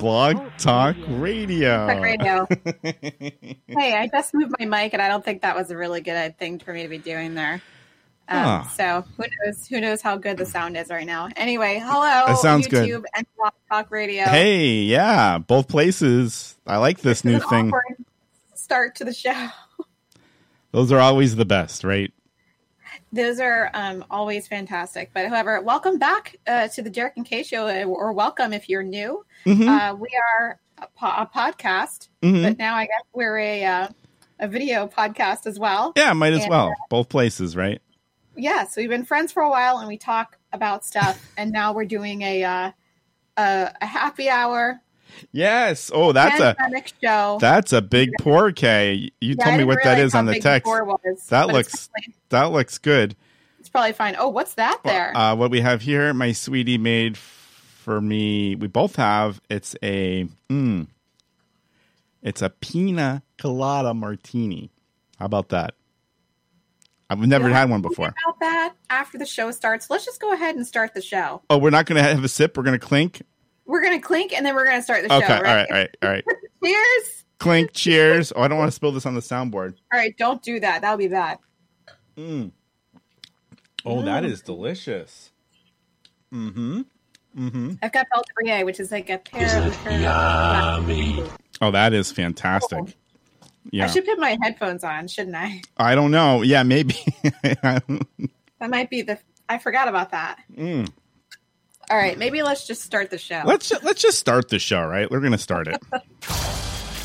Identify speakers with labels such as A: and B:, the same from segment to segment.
A: Blog Talk Radio.
B: Oh, Talk radio. hey, I just moved my mic, and I don't think that was a really good uh, thing for me to be doing there. Um,
A: Ah.
B: So who knows? Who knows how good the sound is right now? Anyway, hello.
A: That sounds good.
B: YouTube and Blog Talk Radio.
A: Hey, yeah, both places. I like this
B: It's
A: new
B: an
A: thing.
B: awkward Start to the show.
A: Those are always the best, right?
B: Those are um, always fantastic. But however, welcome back uh, to the Derek and Kay Show, uh, or welcome if you're new.
A: Mm-hmm.
B: Uh, we are a, po- a podcast,
A: hmm
B: but now I guess we're a uh, a video podcast as well.
A: Yeah, might as
B: and-
A: well. Both places, right?
B: Yes, we've been friends for a while, and we talk about stuff. and now we're doing a uh, a, a happy hour
A: Yes. Oh, that's a
B: pandemic show.
A: that's a big pour, Kay. You
B: Yeah, I
A: tell me
B: didn't
A: what that
B: realize
A: is
B: how
A: on the
B: big
A: text.
B: before was,
A: That
B: but
A: looks-
B: It's probably,
A: That looks good.
B: it's probably fine. Oh, what's that there?
A: Uh, what we have here, my sweetie made f- for me. We both have. It's a mm, it's a pina colada martini. How about that? I've never
B: Yeah.
A: had one before.
B: about that after the show starts. Let's just go ahead and start the show.
A: Oh, we're not going to have a sip. We're going to clink.
B: We're gonna clink and then we're gonna start the
A: Okay.
B: show.
A: All right. All right. All right.
B: Cheers.
A: clink. Cheers. Oh, I don't want to spill this on the soundboard.
B: All right, don't do that. That'll be bad.
A: Mm. Oh, that
B: Mm.
A: is delicious. Mm-hmm. Mm-hmm.
B: I've got Beltrier, which is like a pear liqueur. Yummy.
A: Oh, that is fantastic.
B: Cool. I
A: Yeah.
B: should put my headphones on, shouldn't I?
A: I don't know. Yeah, maybe. I don't-
B: That might be the. I forgot about that.
A: mm.
B: All right, maybe let's just start the show.
A: Let's ju- let's just start the show, right? We're gonna start it.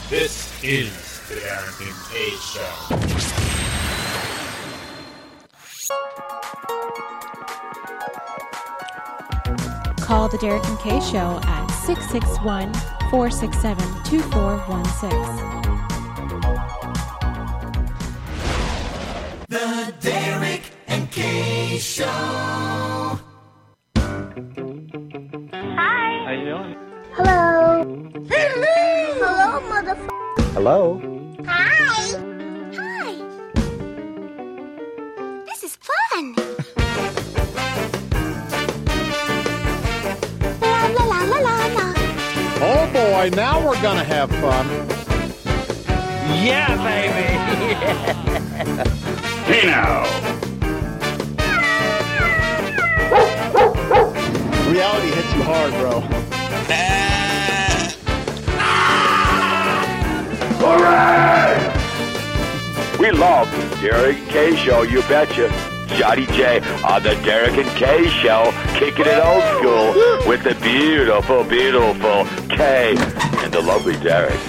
C: This is the Derek and Kay Show.
D: Call the Derek and Kay Show at 661 467 2416.
E: Hello. Hello, motherfucker. Hello. Hi. Hi. This is fun. La la la la la la.
F: Oh boy, now we're gonna have fun.
C: Hey now!
F: Reality hits you hard, bro.
G: We love the Derek and Kay Show, you betcha. Johnny J on the Derek and Kay Show, kicking it old school with the beautiful, beautiful Kay and the lovely Derek.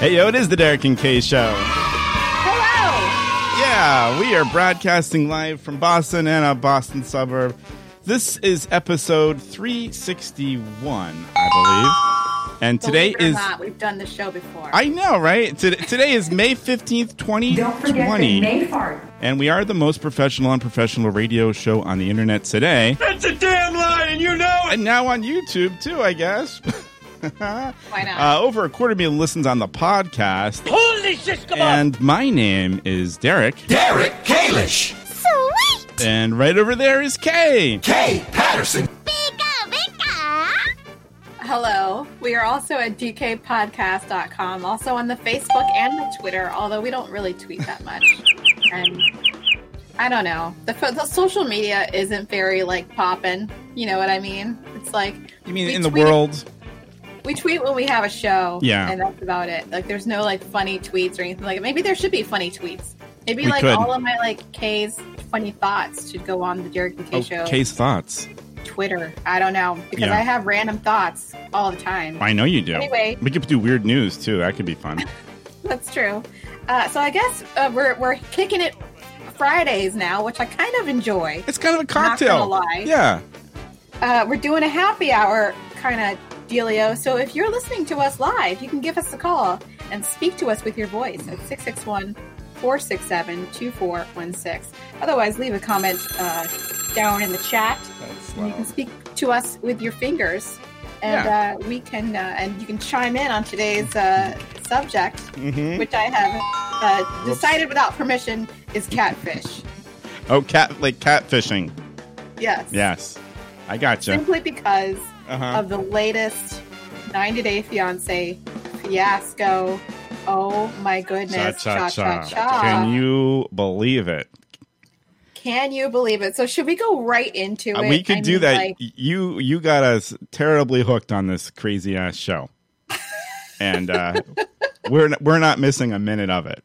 A: Hey yo, it is the Derek and Kay show.
B: Hello.
A: Yeah, we are broadcasting live from Boston and a Boston suburb. This is episode 361, I believe. And today
B: Believe it or
A: is
B: not, we've done this show before.
A: I know, right? Today, today is May 15th, 2020. And we are the most professional and professional radio show on the internet today.
C: That's a damn lie, and you know it!
A: And now on YouTube too, I guess.
B: Why not?
A: Uh, over a quarter million listens on the podcast. Holy shit, come and my name is Derek.
H: Derek Kalish.
E: Sweet.
A: And right over there is Kay.
H: Kay Patterson.
E: Bika bika.
B: Hello. We are also at dkpodcast.com, also on the Facebook and the Twitter, although we don't really tweet that much. And I don't know. The, fo- the social media isn't very like poppin'. You know what I mean? It's like
A: You mean
B: We
A: in the
B: tweeted-
A: world?
B: we tweet when we have a show.
A: Yeah.
B: And that's about it. Like there's no like funny tweets or anything like it. Maybe there should be funny tweets. Maybe
A: We
B: like
A: could.
B: all of my like K's funny thoughts should go on the Derek and K
A: Oh,
B: show
A: Kay's thoughts.
B: Twitter. I don't know. Because
A: Yeah.
B: I have random thoughts all the time.
A: I know you do.
B: Anyway.
A: we could do weird news too. That could be fun.
B: That's true. Uh, so I guess uh, we're we're kicking it Fridays now, which I kind of enjoy.
A: It's kind of a
B: gonna
A: cocktail.
B: lie.
A: Yeah.
B: Uh, we're doing a happy hour kind of dealio. So if you're listening to us live, you can give us a call and speak to us with your voice at 661 467 2416. Otherwise, leave a comment uh, down in the chat.
A: That's
B: And you can speak to us with your fingers. And uh, we can, uh, and you can chime in on today's uh, subject,
A: Mm-hmm.
B: which I have uh, decided without permission is catfish.
A: Oh, cat like catfishing.
B: Yes.
A: Yes, I gotcha.
B: Simply because
A: Uh-huh.
B: of the latest 90 Day Fiance fiasco. Oh my goodness. Cha cha cha.
A: Can you believe it?
B: Can you believe it? So should we go right into
A: Uh,
B: it?
A: we could
B: I
A: do
B: mean,
A: that.
B: like,
A: you you got us terribly hooked on this crazy ass show, and uh, we're n- we're not missing a minute of it.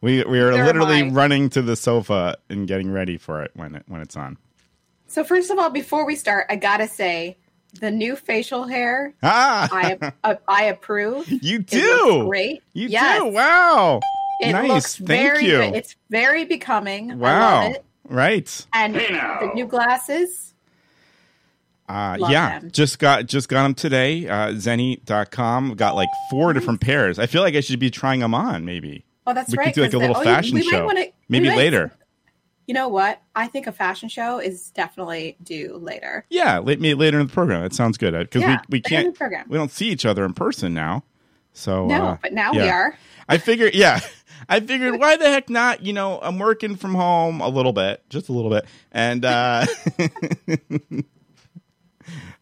A: We we are
B: Neither am
A: literally
B: I.
A: running to the sofa and getting ready for it when it when it's on.
B: so first of all, before we start, I gotta say the new facial hair
A: Ah,
B: I uh, I approve.
A: you
B: It
A: do
B: looks great.
A: You
B: Yes.
A: do. Wow.
B: It
A: nice.
B: looks
A: Thank
B: very
A: you.
B: good. It's very becoming. I
A: wow.
B: love it.
A: Right.
B: And the new glasses.
A: Uh,
B: Love
A: yeah,
B: them.
A: just got just got them today. Uh, Zenny.com got like
B: Mm-hmm.
A: four different pairs. I feel like I should be trying them on. Maybe
B: Oh, that's
A: we
B: right.
A: could do like
B: 'cause
A: a
B: the-
A: little
B: oh, you-
A: fashion
B: we might
A: show.
B: wanna- we
A: maybe
B: might-
A: later.
B: You know what? I think a fashion show is definitely due later.
A: Yeah, late, maybe later in the program. That sounds good because
B: Yeah,
A: we, we
B: later in
A: can't
B: the program.
A: we don't see each other in person now. So
B: No,
A: uh,
B: but now we
A: yeah.
B: are.
A: I figured, yeah, I figured why the heck not? You know, I'm working from home a little bit, just a little bit, and uh,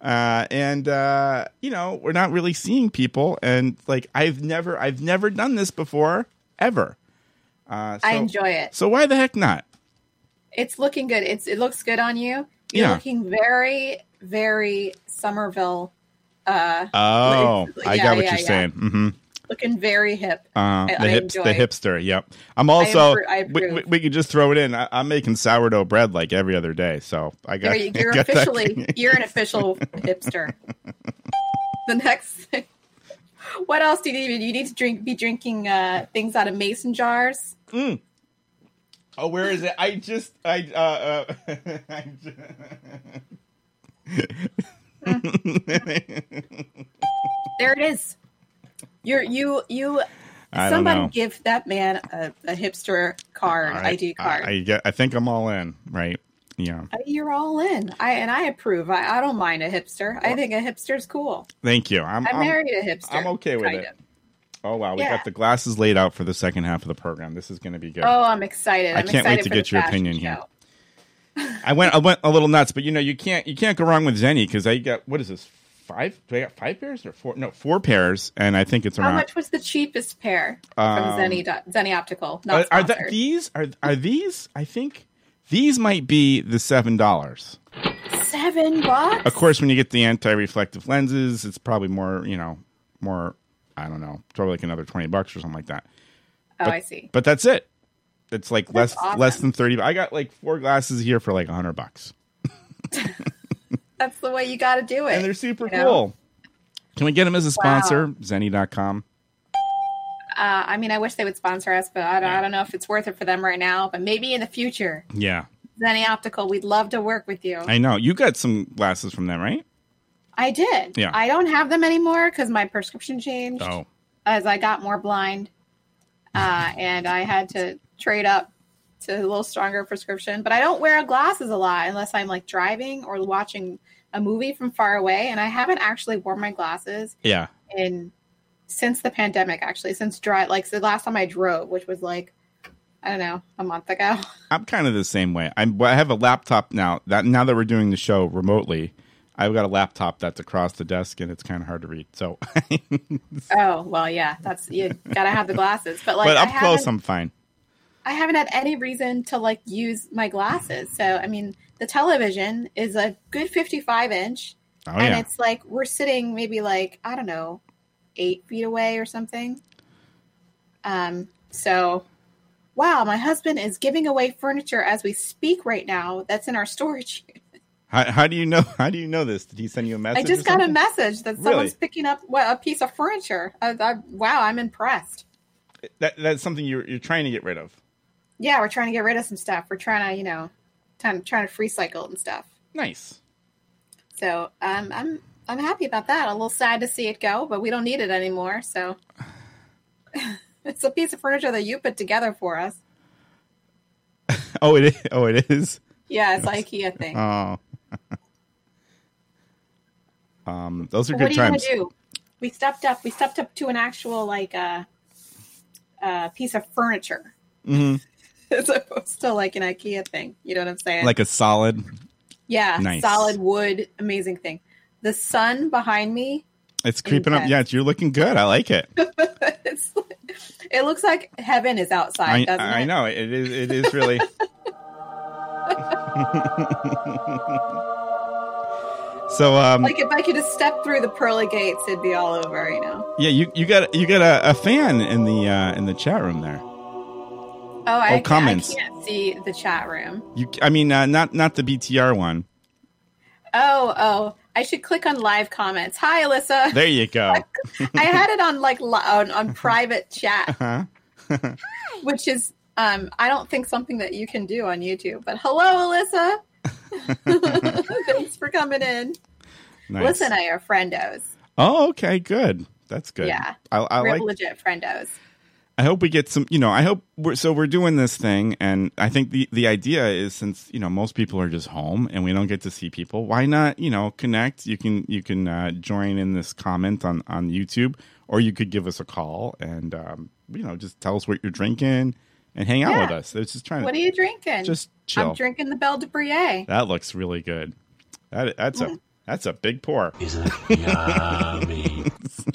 A: uh, and uh, you know, we're not really seeing people, and like I've never, I've never done this before ever. Uh, so,
B: I enjoy it.
A: So why the heck not?
B: It's looking good. It's it looks good on you. You're
A: Yeah.
B: looking very, very Somerville. Uh,
A: Oh,
B: Like,
A: I
B: yeah,
A: got what
B: yeah,
A: you're
B: yeah.
A: saying. hmm
B: looking very hip.
A: Uh,
B: I-
A: the
B: I
A: hips, the
B: enjoy.
A: hipster. Yep. I'm also.
B: appro- I
A: we, we,
B: approve.
A: we could just throw it in. I, I'm making sourdough bread like every other day, so I got.
B: There you, you're
A: got that
B: officially you're an official hipster. The next thing. What else do you need? You need to drink be drinking uh, things out of mason jars.
A: Oh, where is it? I just, I, uh, uh I ju-
B: There it is. You're you you
A: I don't know.
B: somebody give that man a, a hipster card,
A: I-
B: ID card.
A: I, I, get, I think I'm all in, right? Yeah.
B: Uh, You're all in. I and I approve. I, I don't mind a hipster. I think a hipster's cool.
A: Thank you. I'm,
B: I
A: I'm-
B: married a hipster.
A: I'm okay with
B: kind
A: it.
B: of.
A: Oh wow, we
B: Yeah.
A: got the glasses laid out for the second half of the program. This is going to be good.
B: Oh, I'm excited.
A: I
B: I'm
A: can't wait
B: excited
A: to
B: for
A: get
B: the
A: your
B: fashion
A: opinion here.
B: show.
A: I went, I went a little nuts, but you know, you can't, you can't go wrong with Zenny because I got what is this? Five? Do I got five pairs or four? No, four pairs, and I think it's
B: How
A: around.
B: much was the cheapest pair
A: Um,
B: from Zenny, dot- Zenny
A: are,
B: Optical? Not
A: are e-
B: sponsored.
A: that these are are these i think these might be the seven dollars
B: Seven bucks.
A: of course when you get the anti-reflective lenses it's probably more you know more i don't know probably like another 20 bucks or something like that
B: oh, I see.
A: but that's it it's like less
B: awesome.
A: less than 30 i got like four glasses here for like 100 bucks
B: That's the way you got to do it.
A: and they're super
B: you know?
A: cool can we get them as a
B: Wow.
A: sponsor zenny.com
B: Uh, I mean, I wish they would sponsor us, but I don't, I don't know if it's worth it for them right now. But maybe in the future,
A: yeah
B: Zenny Optical, we'd love to work with you.
A: i know you got some glasses from them right
B: I did.
A: Yeah.
B: I don't have them anymore because my prescription changed
A: oh
B: as I got more blind, uh, and I had to trade up to a little stronger prescription. But I don't wear glasses a lot unless I'm like driving or watching a movie from far away, and I haven't actually worn my glasses
A: yeah
B: in since the pandemic. Actually, since dry like the last time I drove, which was like I don't know a month ago.
A: I'm kind of the same way. I'm, well, I have a laptop now. That now that we're doing the show remotely, I've got a laptop that's across the desk, and it's kind of hard to read. So,
B: oh well, yeah, that's you gotta have the glasses. But like,
A: but
B: I
A: up close,
B: haven't-
A: I'm fine.
B: I haven't had any reason to like use my glasses. So I mean, the television is a good 55 inch,
A: Oh
B: and
A: yeah,
B: it's like we're sitting maybe like I don't know, eight feet away or something. Um. So, wow, my husband is giving away furniture as we speak right now. That's in our storage. unit.
A: how, how do you know? How do you know this? Did he send you a message?
B: I just
A: or
B: got a
A: something?
B: message that someone's
A: Really?
B: picking up what, a piece of furniture. I, I, wow, I'm impressed.
A: That, that's something you're you're trying to get rid of.
B: Yeah, we're trying to get rid of some stuff. We're trying to, you know, trying, trying to free cycle and stuff.
A: Nice.
B: So um, I'm I'm happy about that. A little sad to see it go, but we don't need it anymore. So it's a piece of furniture that you put together for us.
A: Oh it is. Oh it is.
B: Yeah, it's an IKEA thing.
A: Oh. um, those are
B: But
A: good
B: what are you
A: times.
B: gonna do? We stepped up. We stepped up to an actual like uh, uh, piece of furniture
A: Mhm.
B: as opposed to like an IKEA thing. You know what I'm saying?
A: Like a solid.
B: yeah,
A: Nice.
B: solid wood, amazing thing. The sun behind me,
A: It's creeping up. Yeah, you're looking good. I like it.
B: it's, it looks like heaven is outside.
A: I,
B: doesn't
A: I
B: it?
A: know it is. It is really. so um,
B: Like if I could just step through the pearly gates, it'd be all over. You know?
A: yeah, you you got you got a, a fan in the uh, in the chat room there.
B: Oh, I, can't-
A: comments.
B: I can't see the chat room.
A: You, I mean, uh, not not the BTR one.
B: Oh, oh. I should click on live comments. Hi, Alyssa.
A: There you go.
B: I had it on like li- on, on private chat,
A: Huh?
B: which is um I don't think something that you can do on YouTube. But hello, Alyssa. Thanks for coming in.
A: Nice.
B: Alyssa and I are friendos.
A: oh, okay, good. That's good.
B: Yeah.
A: I, I
B: We're
A: like
B: legit friendos.
A: I hope we get some. You know, I hope we're so we're doing this thing, and I think the the idea is since you know most people are just home and we don't get to see people, why not you know connect? You can you can uh, join in this comment on on YouTube, or you could give us a call and um, you know just tell us what you're drinking and hang out
B: Yeah.
A: with us. It's just trying
B: What are
A: to
B: you drinking?
A: just chill.
B: I'm drinking the Belle de Brie.
A: that looks really good. That that's
B: Mm-hmm.
A: a that's a big pour.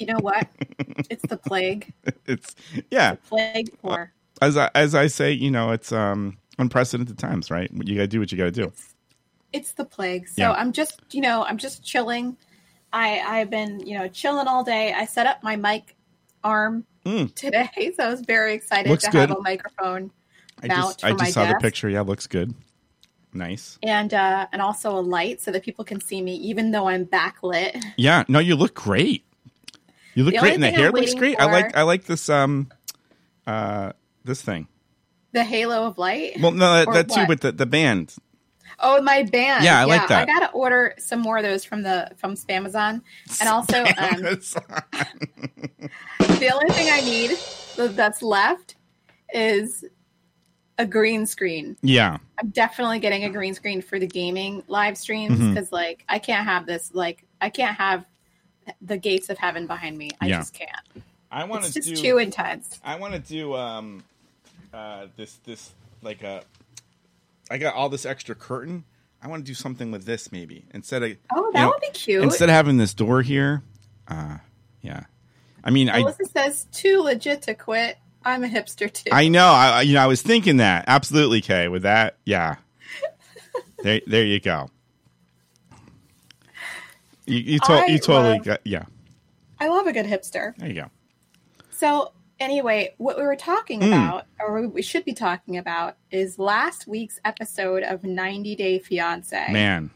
B: You know what? It's the plague.
A: It's yeah.
B: Plague
A: Uh,
B: pour.
A: As I as I say, you know, it's um unprecedented times, right? You got to do what you got to do.
B: It's the plague. So
A: Yeah.
B: I'm just, you know, I'm just chilling. I I've been, you know, chilling all day. I set up my mic arm
A: Mm.
B: today, so I was very excited
A: Looks
B: to
A: good.
B: have a microphone
A: I
B: mount
A: just,
B: for
A: I
B: my
A: just saw the
B: desk.
A: picture. Yeah, looks good. Nice.
B: and uh and also a light so that people can see me even though I'm backlit.
A: Yeah. No, you look great. You look
B: The
A: great,
B: only
A: and the
B: thing I'm
A: hair looks
B: waiting
A: great. I like
B: for-
A: I like this um, uh, this thing.
B: The halo of light.
A: Well, no, that,
B: Or
A: that too, but
B: what?
A: the the band.
B: oh, my band.
A: Yeah, I like that.
B: I gotta order some more of those from the from Spamazon. And also um The only thing I need that's left is a green screen.
A: yeah.
B: I'm definitely getting a green screen for the gaming live streams
A: Mhm.
B: because, like, I can't have this. Like, I can't have the gates of heaven behind me. I
A: Yeah.
B: just can't.
A: I want
B: It's
A: to
B: just
A: do.
B: too intense.
A: I want to do um, uh, this this like a. I got all this extra curtain. I want to do something with this maybe instead of
B: Oh, that
A: you know,
B: would be cute.
A: instead of having this door here. Uh, yeah. I mean, I
B: Melissa says too legit to quit. I'm a hipster too.
A: I know. I I- you know I was thinking that absolutely, Kay. With that, yeah. there, there you go. You, you, to-
B: I
A: you totally
B: love-
A: got yeah.
B: I love a good hipster.
A: There you go.
B: So anyway, what we were talking
A: Mm.
B: about, or we- we should be talking about, is last week's episode of 90 Day Fiance.
A: Man,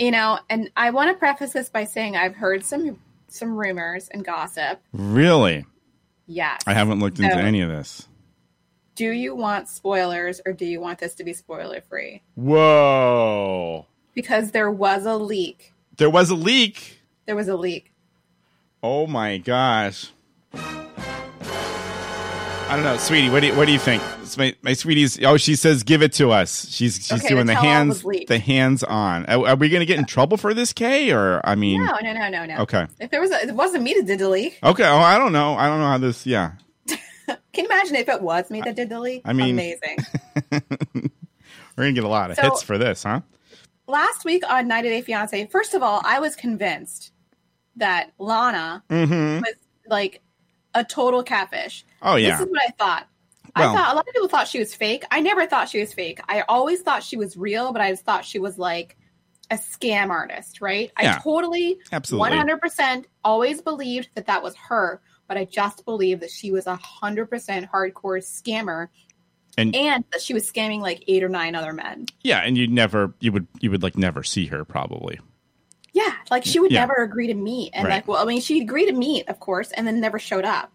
B: You know, and I want to preface this by saying I've heard some some rumors and gossip.
A: really,
B: Yes.
A: I haven't looked into
B: No.
A: any of this.
B: do you want spoilers or do you want this to be spoiler free?
A: Whoa!
B: Because there was a leak.
A: There was a leak.
B: There was a leak.
A: Oh my gosh. I don't know, sweetie. What do you, what do you think? It's my, my sweetie's. Oh, she says, "Give it to us." She's she's
B: Okay,
A: doing the
B: that's how I
A: hands
B: was leaked.
A: the hands on. Are, are we gonna get in trouble for this, Kay? Or I mean,
B: No, no, no, no, no.
A: Hmm. Okay.
B: If there was a, it wasn't me that did the leak.
A: Okay. Oh, I don't know. I don't know how this. Yeah.
B: Can you imagine if it was me that did the leak?
A: I mean-
B: amazing.
A: We're gonna get a lot of
B: So-
A: hits for this, huh?
B: Last week on 90 Day Fiance, first of all, I was convinced that Lana
A: Mm-hmm.
B: was like a total catfish.
A: Oh yeah.
B: This is what I thought.
A: Well-
B: I thought a lot of people thought she was fake. I never thought she was fake. I always thought she was real, but I just thought she was like a scam artist, right?
A: Yeah.
B: I totally,
A: Absolutely.
B: 100% always believed that that was her, but I just believed that she was a 100% hardcore scammer
A: And-
B: and that she was scamming like eight or nine other men.
A: yeah, and you'd never, you would, you would like never see her probably.
B: Yeah, like she would
A: Yeah.
B: never agree to meet. And
A: Right.
B: like, well, I mean, she'd agree to meet, of course, and then never showed up.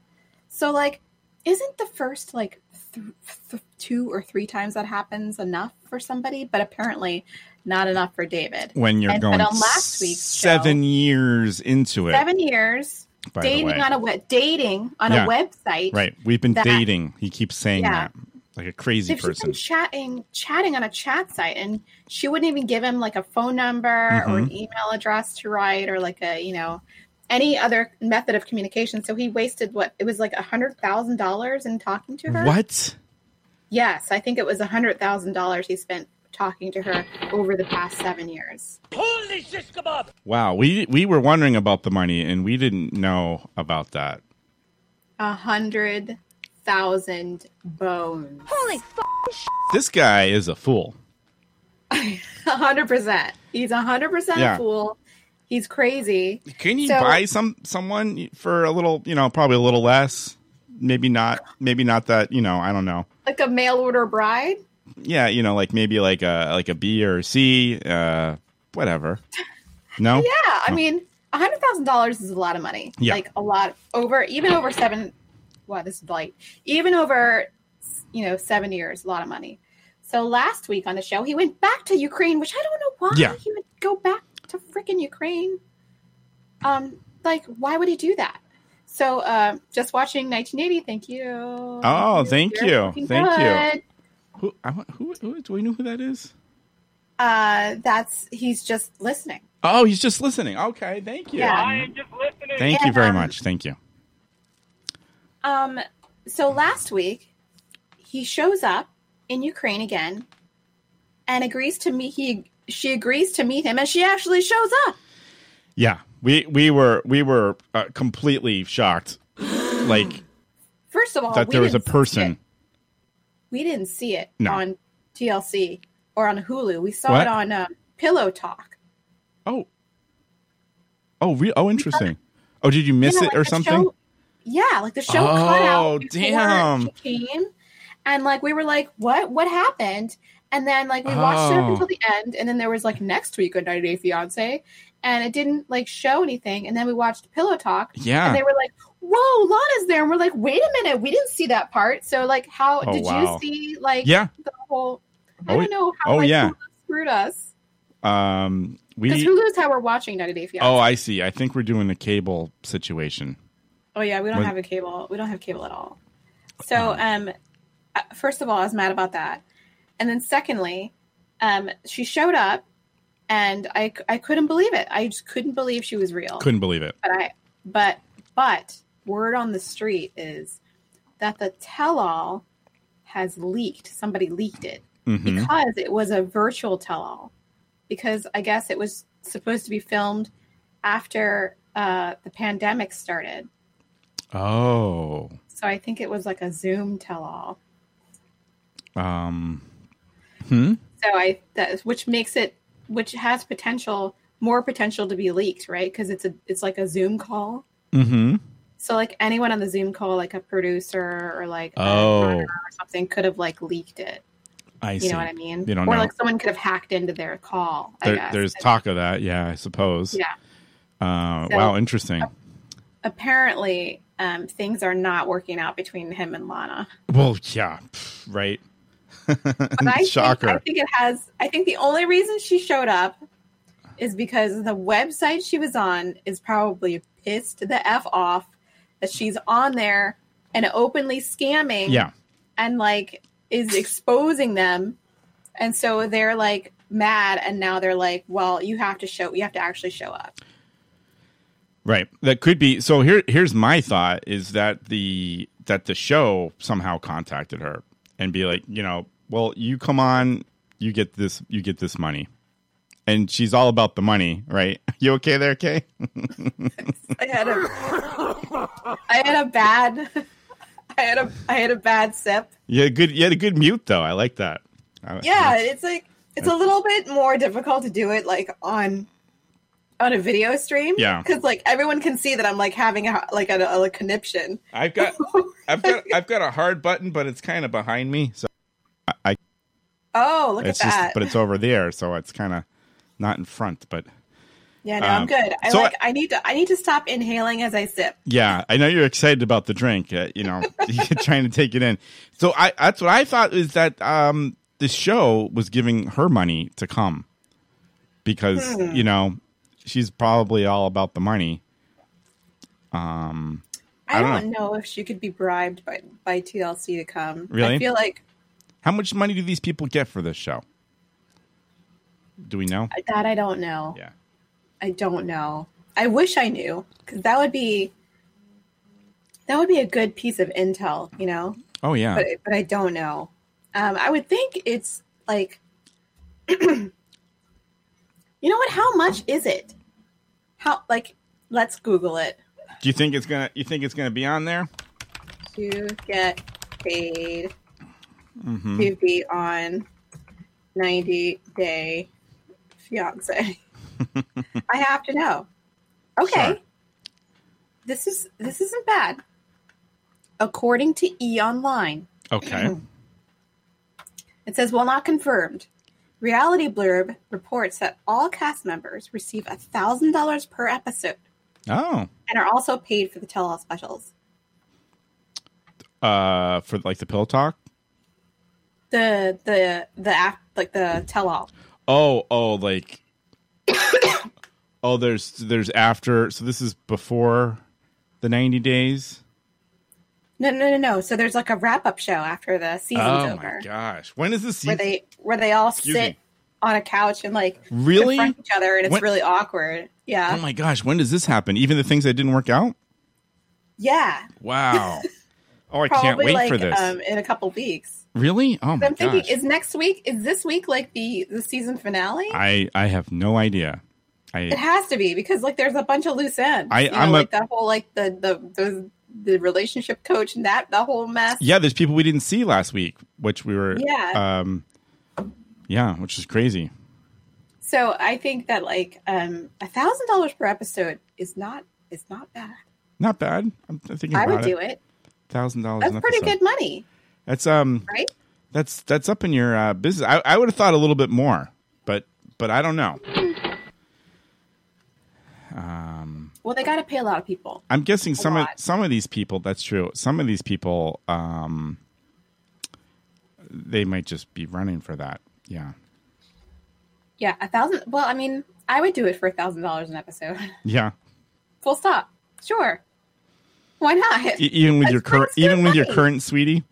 B: So, like, isn't the first, like, th- th- two or three times that happens enough for somebody? But apparently not enough for David.
A: When you're
B: And-
A: going
B: but on last week's show-
A: seven years into it.
B: Seven years
A: By the way.
B: dating on a we- dating on
A: Yeah.
B: a website.
A: Right. We've been
B: that-
A: dating. He keeps saying
B: Yeah.
A: that like a crazy
B: They've just
A: person.
B: been chatting, chatting on a chat site, and
A: Mm-hmm.
B: she wouldn't even give him like a phone number or an email address to write or like a you know any other method of communication. So he wasted what it was like a hundred thousand dollars in talking to her.
A: What?
B: Yes, I think it was a hundred thousand dollars he spent talking to her over the past seven years.
A: Wow. We we were wondering about the money and we didn't know about that.
B: A hundred thousand bones.
E: Holy f-
A: This guy is a fool.
B: A hundred percent. He's a hundred percent
A: Yeah.
B: a fool. He's crazy.
A: Can you
B: So-
A: buy some someone for a little, you know, probably a little less? Maybe not. Maybe not that. You know, I don't know.
B: Like a mail order bride.
A: Yeah, you know, like maybe like a like a B or a C, uh, whatever. No.
B: Yeah, I mean, a hundred thousand dollars is a lot of money.
A: Yeah.
B: Like a lot over, even over seven. Wow, this is light. Even over, you know, seven years, a lot of money. So last week on the show, he went back to Ukraine, which I don't know why
A: Yeah.
B: he would go back to freaking Ukraine. Um, like why would he do that? So, uh, just watching 1980. Thank you.
A: Oh, thank
B: You're
A: you.
B: fucking
A: Thank you.
B: good.
A: Who, I, want- who, who? Do we know who that is?
B: Uh, that's he's just listening.
A: Oh, he's just listening. Okay, thank you.
B: Yeah.
A: Thank you very
B: Um,
A: much. Thank you.
B: Um, so last week, he shows up in Ukraine again, and agrees to meet. He she agrees to meet him, and she actually shows up.
A: Yeah, we we were we were uh, completely shocked, like
B: First of all,
A: that
B: Oh, we
A: there was a
B: didn't see
A: person.
B: it- We didn't see it
A: No.
B: on TLC or on Hulu. We saw
A: What?
B: it on uh, Pillow Talk.
A: Oh, oh, re- oh, interesting. Oh, did you miss
B: You know,
A: it
B: like
A: or
B: the
A: something?
B: show- yeah, like the show cut
A: Oh,
B: out before
A: damn.
B: she came, and like we were like, "What? What happened?" And then like we watched it up
A: Oh.
B: until the end, and then there was like next week on 90 Day Fiance, and it didn't like show anything. And then we watched Pillow Talk, and
A: Yeah.
B: they were like, "Whoa, Lana's there!" And we're like, "Wait a minute, we didn't see that part." So like, how
A: Oh,
B: did
A: wow.
B: you see like
A: Yeah.
B: the whole? I
A: Oh,
B: don't know how
A: oh,
B: like,
A: yeah.
B: Hulu screwed us
A: Um,
B: because
A: we.
B: Hulu's how we're watching 90 Day Fiance.
A: Oh, I see. I think we're doing the cable situation.
B: Oh yeah, we don't
A: When- Uh-huh.
B: have a cable. We don't have cable at all. So um, uh, first of all, I was mad about that, and then secondly, um, she showed up, and I c- I couldn't believe it. I just couldn't believe she was real.
A: Couldn't believe it.
B: But I but but word on the street is that the tell all has leaked. Somebody leaked it
A: hmm
B: because it was a virtual tell-all because i guess it was supposed to be filmed after uh, the pandemic started
A: Oh,
B: so i think it was like a zoom tell-all
A: um, hmm.
B: so i that which makes it which has potential more potential to be leaked right because it's a it's like a zoom call
A: Mm-hmm.
B: so like anyone on the zoom call like a producer or like a
A: Oh.
B: runner or something could have like leaked it
A: I see.
B: you know what i mean
A: You don't
B: or
A: know.
B: like someone could have hacked into their call I
A: there,
B: guess.
A: there's talk of that. Yeah, I suppose.
B: yeah
A: Uh,
B: So-
A: wow, interesting.
B: apparently um, things are not working out between him and Lana.
A: Well, yeah, pff, right.
B: But I
A: Shocker.
B: Think, I think it has. I think the only reason she showed up is because the website she was on is probably pissed the f off that she's on there and openly scamming.
A: yeah.
B: and like is exposing them, and so they're like mad, and now they're like, well, you have to show. You have to actually show up.
A: Right. That could be. So here, here's my thought: is that the that the show somehow contacted her and be like, you know, well, you come on, you get this, you get this money, and she's all about the money, right? You okay there, Kay?
B: I had a I had a bad I had a I had a bad sip.
A: Yeah, good. You had a good mute though. I like that. I-
B: Yeah, it's like it's a little bit more difficult to do it like on on a video stream.
A: Yeah.
B: because like everyone can see that I'm like having a like a, a, conniption.
A: I've got, I've got, I've got a hard button, but it's kind of behind me, so I
B: Oh, look
A: it's
B: at
A: just,
B: that!
A: but it's over there, so it's kind of not in front. But
B: yeah, no,
A: um,
B: I'm good. I
A: so
B: like I, need to I need to stop inhaling as I sip.
A: yeah, I know you're excited about the drink. Uh, you know, you're trying to take it in. So I, that's what I thought is that um, the show was giving her money to come because
B: Hmm.
A: you know she's probably all about the money.
B: I,
A: I don't
B: don't, know. if she could be bribed by by TLC to come.
A: Really?
B: I feel like
A: How much money do these people get for this show? Do we know?
B: that. I don't know.
A: yeah.
B: I don't know. I wish I knew because that would be that would be a good piece of intel, you know.
A: Oh yeah.
B: But but I don't know. Um, I would think it's like, you know what? How much is it? How like? Let's Google it
A: Do you think it's gonna? You think it's gonna be on there?
B: to get paid
A: Mm-hmm.
B: to be on 90 day fiance i have to know okay
A: Sure.
B: this is this isn't bad according to e online Hmm.
A: Okay.
B: it says well not confirmed reality blurb reports that all cast members receive a thousand dollars per episode
A: oh,
B: and are also paid for the tell-all specials
A: uh, for like the pillow talk.
B: the the the act like the tell-all
A: Oh, oh, like. oh, there's there's after. So this is before the ninety days.
B: no no no no so there's like a wrap-up show after the season's
A: oh
B: over
A: my gosh, when is this season?
B: where they where they all
A: Excuse
B: sit
A: me.
B: on a couch and like
A: Really?
B: confront each other, and it's
A: When-
B: really awkward. Yeah,
A: oh my gosh, when does this happen? Even the things that didn't work out.
B: yeah.
A: Wow. oh, I
B: Probably
A: can't wait
B: like
A: for this.
B: Um, in a couple weeks.
A: really? Oh
B: So
A: my
B: I'm thinking,
A: gosh.
B: is next week? Is this week like the the season finale?
A: I I have no idea.
B: it
A: I
B: has to be because like there's a bunch of loose ends.
A: I-
B: you know,
A: I'm a-
B: like that whole like the the those, the relationship coach and that the whole mess.
A: yeah, there's people we didn't see last week, which we were
B: Yeah.
A: um, yeah, which is crazy.
B: So I think that like um a thousand dollars per episode is not is not bad.
A: Not bad. I'm thinking
B: I
A: about
B: would do it.
A: Thousand dollars.
B: That's pretty good money,
A: That's um,
B: right?
A: that's that's up in your uh, business. I, I would have thought a little bit more, but but I don't know.
B: Well, they got to pay a lot of people.
A: I'm guessing some of
B: lot.
A: some of these people. That's true. Some of these people, um, they might just be running for that. Yeah,
B: Yeah, a thousand. Well, I mean, I would do it for a thousand dollars an episode.
A: yeah.
B: Full stop. Sure. Why not?
A: E- even with
B: That's
A: your current,
B: pretty
A: even with your
B: funny.
A: current sweetie.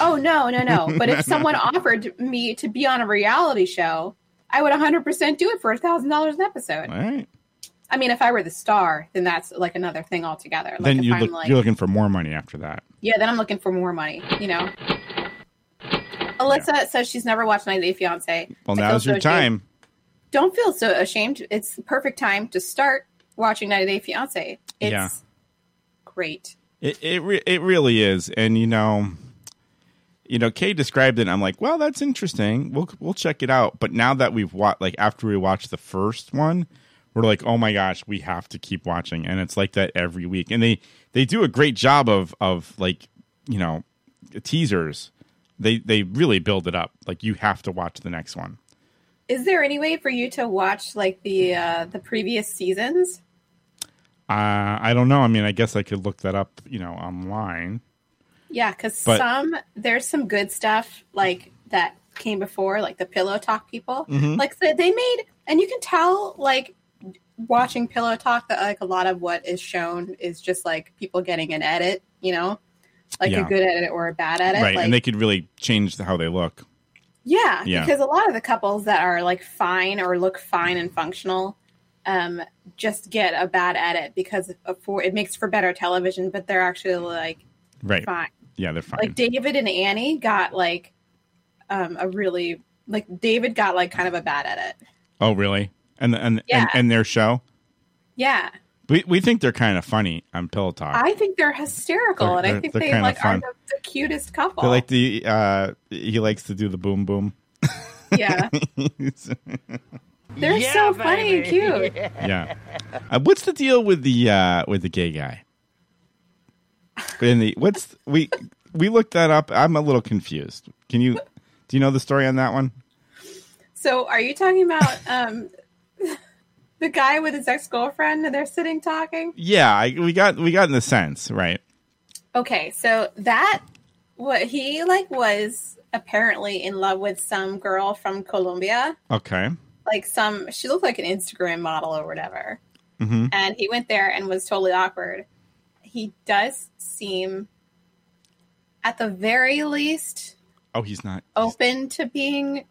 B: Oh no, no, no. But if someone offered me to be on a reality show, I would 100% do it for a thousand dollars an episode.
A: All right.
B: I mean, if I were the star, then that's like another thing altogether. Like
A: then
B: if
A: you
B: I'm
A: look,
B: like,
A: you're looking for more money after that.
B: yeah, then I'm looking for more money. You know. Alyssa says she's never watched 90 Day Fiance.
A: Well,
B: I feel
A: now's your
B: so ashamed.
A: time.
B: Don't feel so ashamed. It's the perfect time to start watching 90 Day Fiance. It's
A: Yeah.
B: great.
A: It it re- it really is, and you know, you know, Kay described it. and I'm like, well, that's interesting. We'll we'll check it out. But now that we've watched, like after we watched the first one, we're like, oh my gosh, we have to keep watching. And it's like that every week. And they they do a great job of of like you know teasers. They they really build it up. Like you have to watch the next one.
B: Is there any way for you to watch like the uh, the previous seasons?
A: Uh, I don't know. I mean, I guess I could look that up. You know, online.
B: Yeah, because
A: But-
B: some there's some good stuff like that came before, like the Pillow Talk people.
A: Mm-hmm.
B: Like so they made, and you can tell like watching Pillow Talk that like a lot of what is shown is just like people getting an edit, you know, like
A: Yeah.
B: a good edit or a bad edit.
A: right,
B: like,
A: and they could really change how they look.
B: Yeah,
A: Yeah.
B: because a lot of the couples that are like fine or look fine and functional um, just get a bad edit because of- for it makes for better television, but they're actually like
A: Right.
B: fine.
A: Yeah, they're fine.
B: Like David and Annie got like um, a really like David got like kind of a bad edit.
A: Oh, really? And and
B: Yeah.
A: and, and their show.
B: Yeah,
A: We we think they're kind of funny on Pillow Talk.
B: I think they're hysterical,
A: They're-
B: and I
A: they're-
B: think
A: they're
B: they
A: kinda
B: like
A: fun.
B: are the, the cutest couple.
A: they like the uh, he likes to do the boom boom.
B: yeah, they're so funny and cute.
A: yeah. Uh, what's the deal with the uh, with the gay guy? And the what's we we looked that up. I'm a little confused. Can you do you know the story on that one?
B: So, are you talking about um, the guy with his ex girlfriend, and they're sitting talking?
A: Yeah, I, we got we got in the sense right.
B: Okay, so that what he like was apparently in love with some girl from Colombia,
A: Okay.
B: like some she looked like an Instagram model or whatever.
A: Mm-hmm.
B: And he went there and was totally awkward. He does seem at the very least
A: Oh, he's not. he's-
B: open to being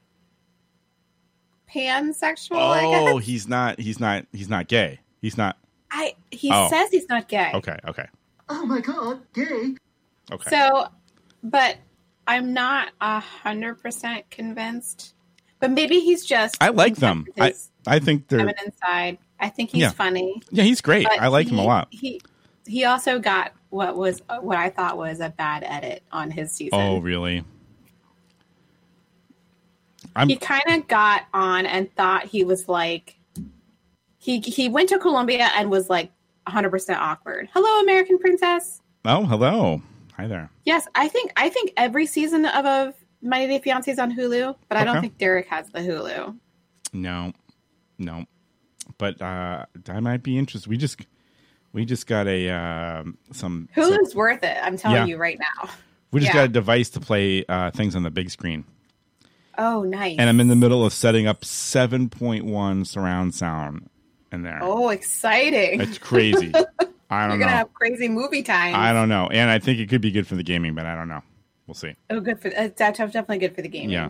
B: pansexual, I
A: oh,
B: guess.
A: he's not. He's not. He's not gay. He's not.
B: I he
A: Oh.
B: says he's not gay.
A: Okay. Okay.
I: Oh my god, gay.
A: Okay.
B: So, but I'm not a hundred percent convinced. But maybe he's just.
A: I like them. I
B: His
A: I think they're.
B: feminine side. I think he's
A: Yeah.
B: funny.
A: Yeah, he's great.
B: but
A: I like him a
B: he-
A: lot.
B: He he also got what was what I thought was a bad edit on his season.
A: Oh, really? I'm.
B: he kind of got on and thought he was like he he went to Colombia and was like 100% awkward. Hello American princess.
A: Oh, hello. Hi there.
B: Yes, I think I think every season of, of My Day Fiance is on Hulu, but I don't
A: Okay.
B: think Derek has the Hulu.
A: No, no. But uh I might be interested. We just we just got a um some. some-
B: Hulu's worth it. I'm telling
A: Yeah.
B: you right now.
A: we just
B: yeah.
A: got a device to play uh things on the big screen,
B: Oh, nice.
A: and I'm in the middle of setting up 7.1 surround sound in there.
B: oh, exciting.
A: It's crazy. I
B: You're
A: don't
B: going to
A: know.
B: have crazy movie time.
A: I don't know, and I think it could be good for the gaming, but I don't know. We'll see.
B: Oh, good for uh, that's definitely good for the game.
A: Yeah.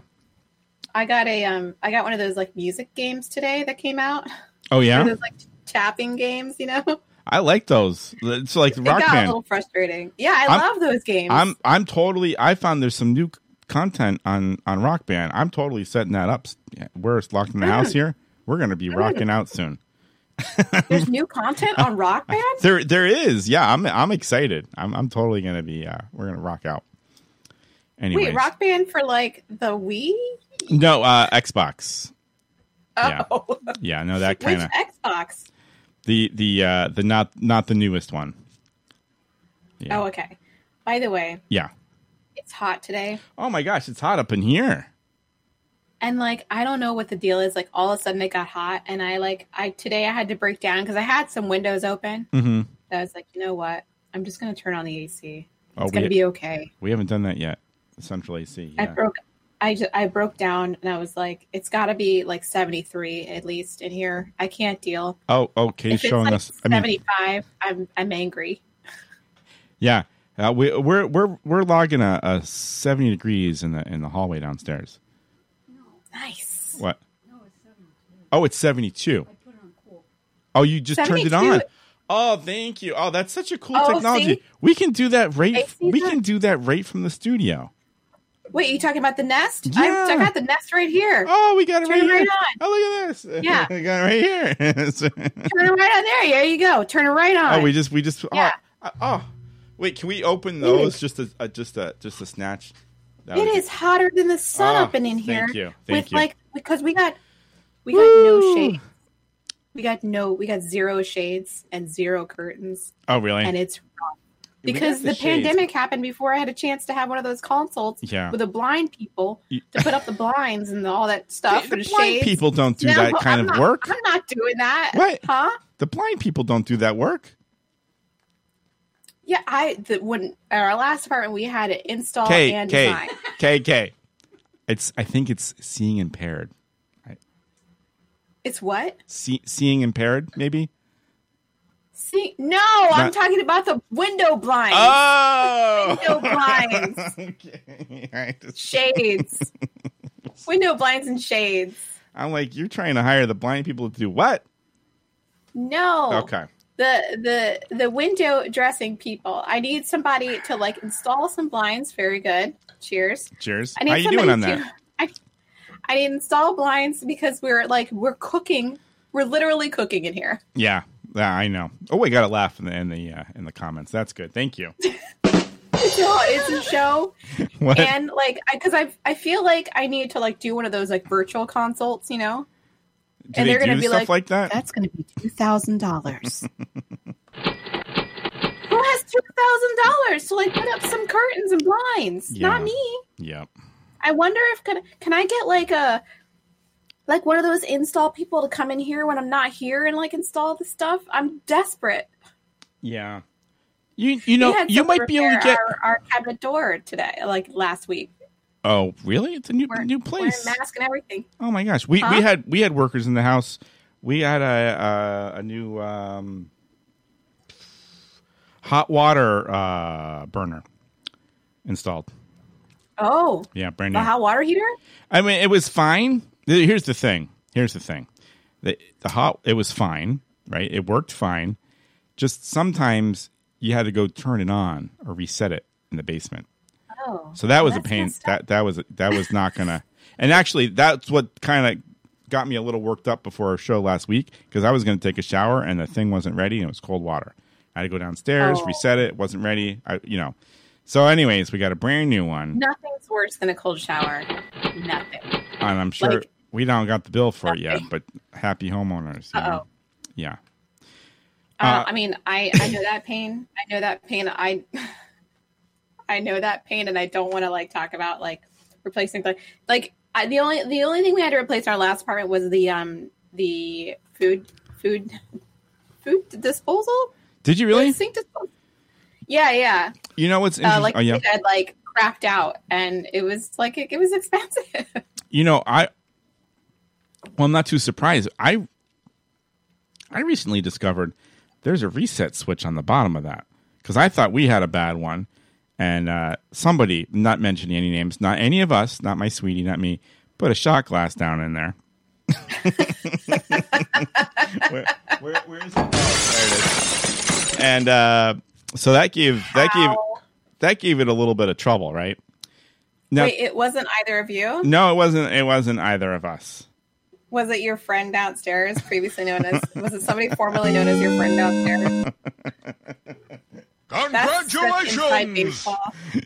B: I got a um I got one of those like music games today that came out.
A: Oh yeah,
B: Those like tapping games, you know.
A: I like those. It's like
B: It
A: Rock
B: got a
A: Band.
B: little frustrating. Yeah, I
A: I'm-
B: love those games.
A: I'm I'm totally. I found there's some new c- content on on Rock Band. I'm totally setting that up. Yeah, We're locked in the house here. We're gonna be rocking out soon.
B: There's new content on Rock Band.
A: There there is. Yeah, I'm I'm excited. I'm I'm totally gonna be. Uh, we're gonna rock out. Anyway,
B: Wait, Rock Band for like the Wii?
A: no uh, Xbox. Yeah.
B: Oh,
A: Yeah, no, that
B: which
A: kind of
B: Xbox?
A: the the uh, the not not the newest one. Yeah.
B: Oh, okay. By the way,
A: Yeah.
B: it's hot today,
A: Oh my gosh, it's hot up in here.
B: and like I don't know what the deal is. Like all of a sudden it got hot, and I like I today I had to break down because I had some windows open.
A: Mm-hmm.
B: I was like, you know what? I'm just gonna turn on the AC.
A: Oh,
B: It's gonna
A: we,
B: be okay.
A: we haven't done that yet. Central AC.
B: I
A: Yeah.
B: broke. I just, I broke down and I was like, it's got to be like 73 at least in here. I can't deal.
A: Oh, okay.
B: if it's
A: Showing
B: like
A: us. I mean,
B: 75, I'm I'm angry.
A: Yeah, uh, we, we're we're we're logging a, a seventy degrees in the in the hallway downstairs.
B: Nice.
A: What? Oh, it's seventy two. Oh, you just turned it on.
B: 72.
A: Oh, thank you. Oh, that's such a cool
B: Oh,
A: technology.
B: see?
A: We can do that right.
B: AC
A: We
B: is
A: can do that right from the studio.
B: Wait, you talking about the nest?
A: Yeah.
B: I, I got the nest right here.
A: Oh, we got it
B: Turn
A: right
B: it
A: here.
B: right on.
A: Oh, look at this.
B: Yeah.
A: we got it right here.
B: Turn it right on there. There you go. Turn it right on.
A: oh, we just we just.
B: Yeah.
A: Oh, oh. wait. Can we open those? Just a, a just a just a snatch. That
B: it
A: would be-
B: is hotter than the sun
A: Oh,
B: up and in
A: thank
B: here.
A: you. Thank
B: with
A: you.
B: like because we got we got no
A: Woo.
B: shades. We got no. We got zero shades and zero curtains.
A: Oh, really?
B: and it's rough.
A: We got
B: because
A: the
B: the,
A: shades.
B: pandemic happened before I had a chance to have one of those consults
A: Yeah.
B: with the blind people
A: You-
B: to put up the blinds and all that stuff
A: the
B: and
A: blind
B: shades.
A: people don't do
B: No,
A: that kind
B: I'm
A: of
B: not-
A: work.
B: I'm not doing that.
A: What?
B: Huh?
A: The blind people don't do that work.
B: Yeah, I the, when at our last apartment we had to install
A: K
B: and
A: K
B: design.
A: K K. It's I think it's seeing impaired.
B: It's what?
A: See, seeing impaired, maybe.
B: See, no, I'm
A: Not-
B: talking about the window blinds,
A: Oh,
B: Window blinds.
A: okay. All right.
B: shades, window blinds and shades.
A: I'm like, you're trying to hire the blind people to do what?
B: No.
A: Okay.
B: the the the window dressing people. I need somebody to like install some blinds. Very good. Cheers.
A: Cheers.
B: I need
A: How you
B: somebody
A: doing on
B: to-
A: that?
B: I, I need install blinds because we're like we're cooking. We're literally cooking in here.
A: Yeah. Yeah, I know. Oh, we got a laugh in the in the uh, in the comments. That's good. Thank you.
B: So it's a show,
A: What?
B: and like because I, I feel like I need to like do one of those like virtual consults. You know,
A: do
B: and
A: they
B: they're gonna
A: do
B: be
A: stuff
B: like,
A: like that?
B: that's going to be two thousand dollars. Who has two thousand dollars to like put up some curtains and blinds? Not
A: Yeah.
B: me.
A: Yep.
B: I wonder if can can I get like a like one of those install people to come in here when I'm not here and like install the stuff. I'm desperate.
A: Yeah. You you
B: We
A: know
B: had
A: you
B: someone
A: might be able to
B: repair
A: get.
B: our, our cabinet door today, like last week.
A: Oh, really? It's a new
B: We're-
A: new
B: Wearing
A: place.
B: mask and everything.
A: Oh my gosh, we
B: Huh?
A: we had we had workers in the house. We had a a, a new um, hot water uh, burner installed.
B: Oh,
A: Yeah, brand new.
B: the hot water heater.
A: I mean, it was fine. Th- Here's the thing. Here's the thing. The, the hot it was fine. right? It worked fine. Just sometimes you had to go turn it on or reset it in the basement.
B: Oh,
A: So that was a
B: that's
A: pain.
B: messed up.
A: That that was that was not gonna. And actually, that's what kind of got me a little worked up before our show last week because I was going to take a shower and the thing wasn't ready and it was cold water. I had to go downstairs,
B: Oh.
A: reset it. wasn't ready. I, you know. So, anyways, we got a brand new one,
B: Nothing's worse than a cold shower. Nothing.
A: and I'm sure
B: like-
A: we don't got the bill for it yet.
B: Nothing.
A: But happy homeowners. you know?
B: Uh-oh.
A: Yeah.
B: Uh, I mean, I, I know that pain. I know that pain. I I know that pain, and I don't want to like talk about like replacing like like I, the only the only thing we had to replace in our last apartment was the um the food food food disposal
A: Did you really?
B: The sink disposal. Yeah, yeah.
A: You know what's
B: Uh,
A: interesting?
B: like
A: oh, yeah.
B: I said, like cracked out, and it was like it, it was expensive.
A: you know i well i'm not too surprised i i recently discovered there's a reset switch on the bottom of that because i thought we had a bad one and uh, somebody not mentioning any names not any of us not my sweetie not me put a shot glass down in there where, where, where is it? Oh, there it is. and uh, so that gave that gave
B: Ow.
A: that gave it a little bit of trouble right now
B: Wait, it wasn't either of you.
A: no it wasn't it wasn't either of us
B: Was it your friend downstairs, previously known as? was it somebody formerly known as your friend downstairs? That's- That's inside baseball.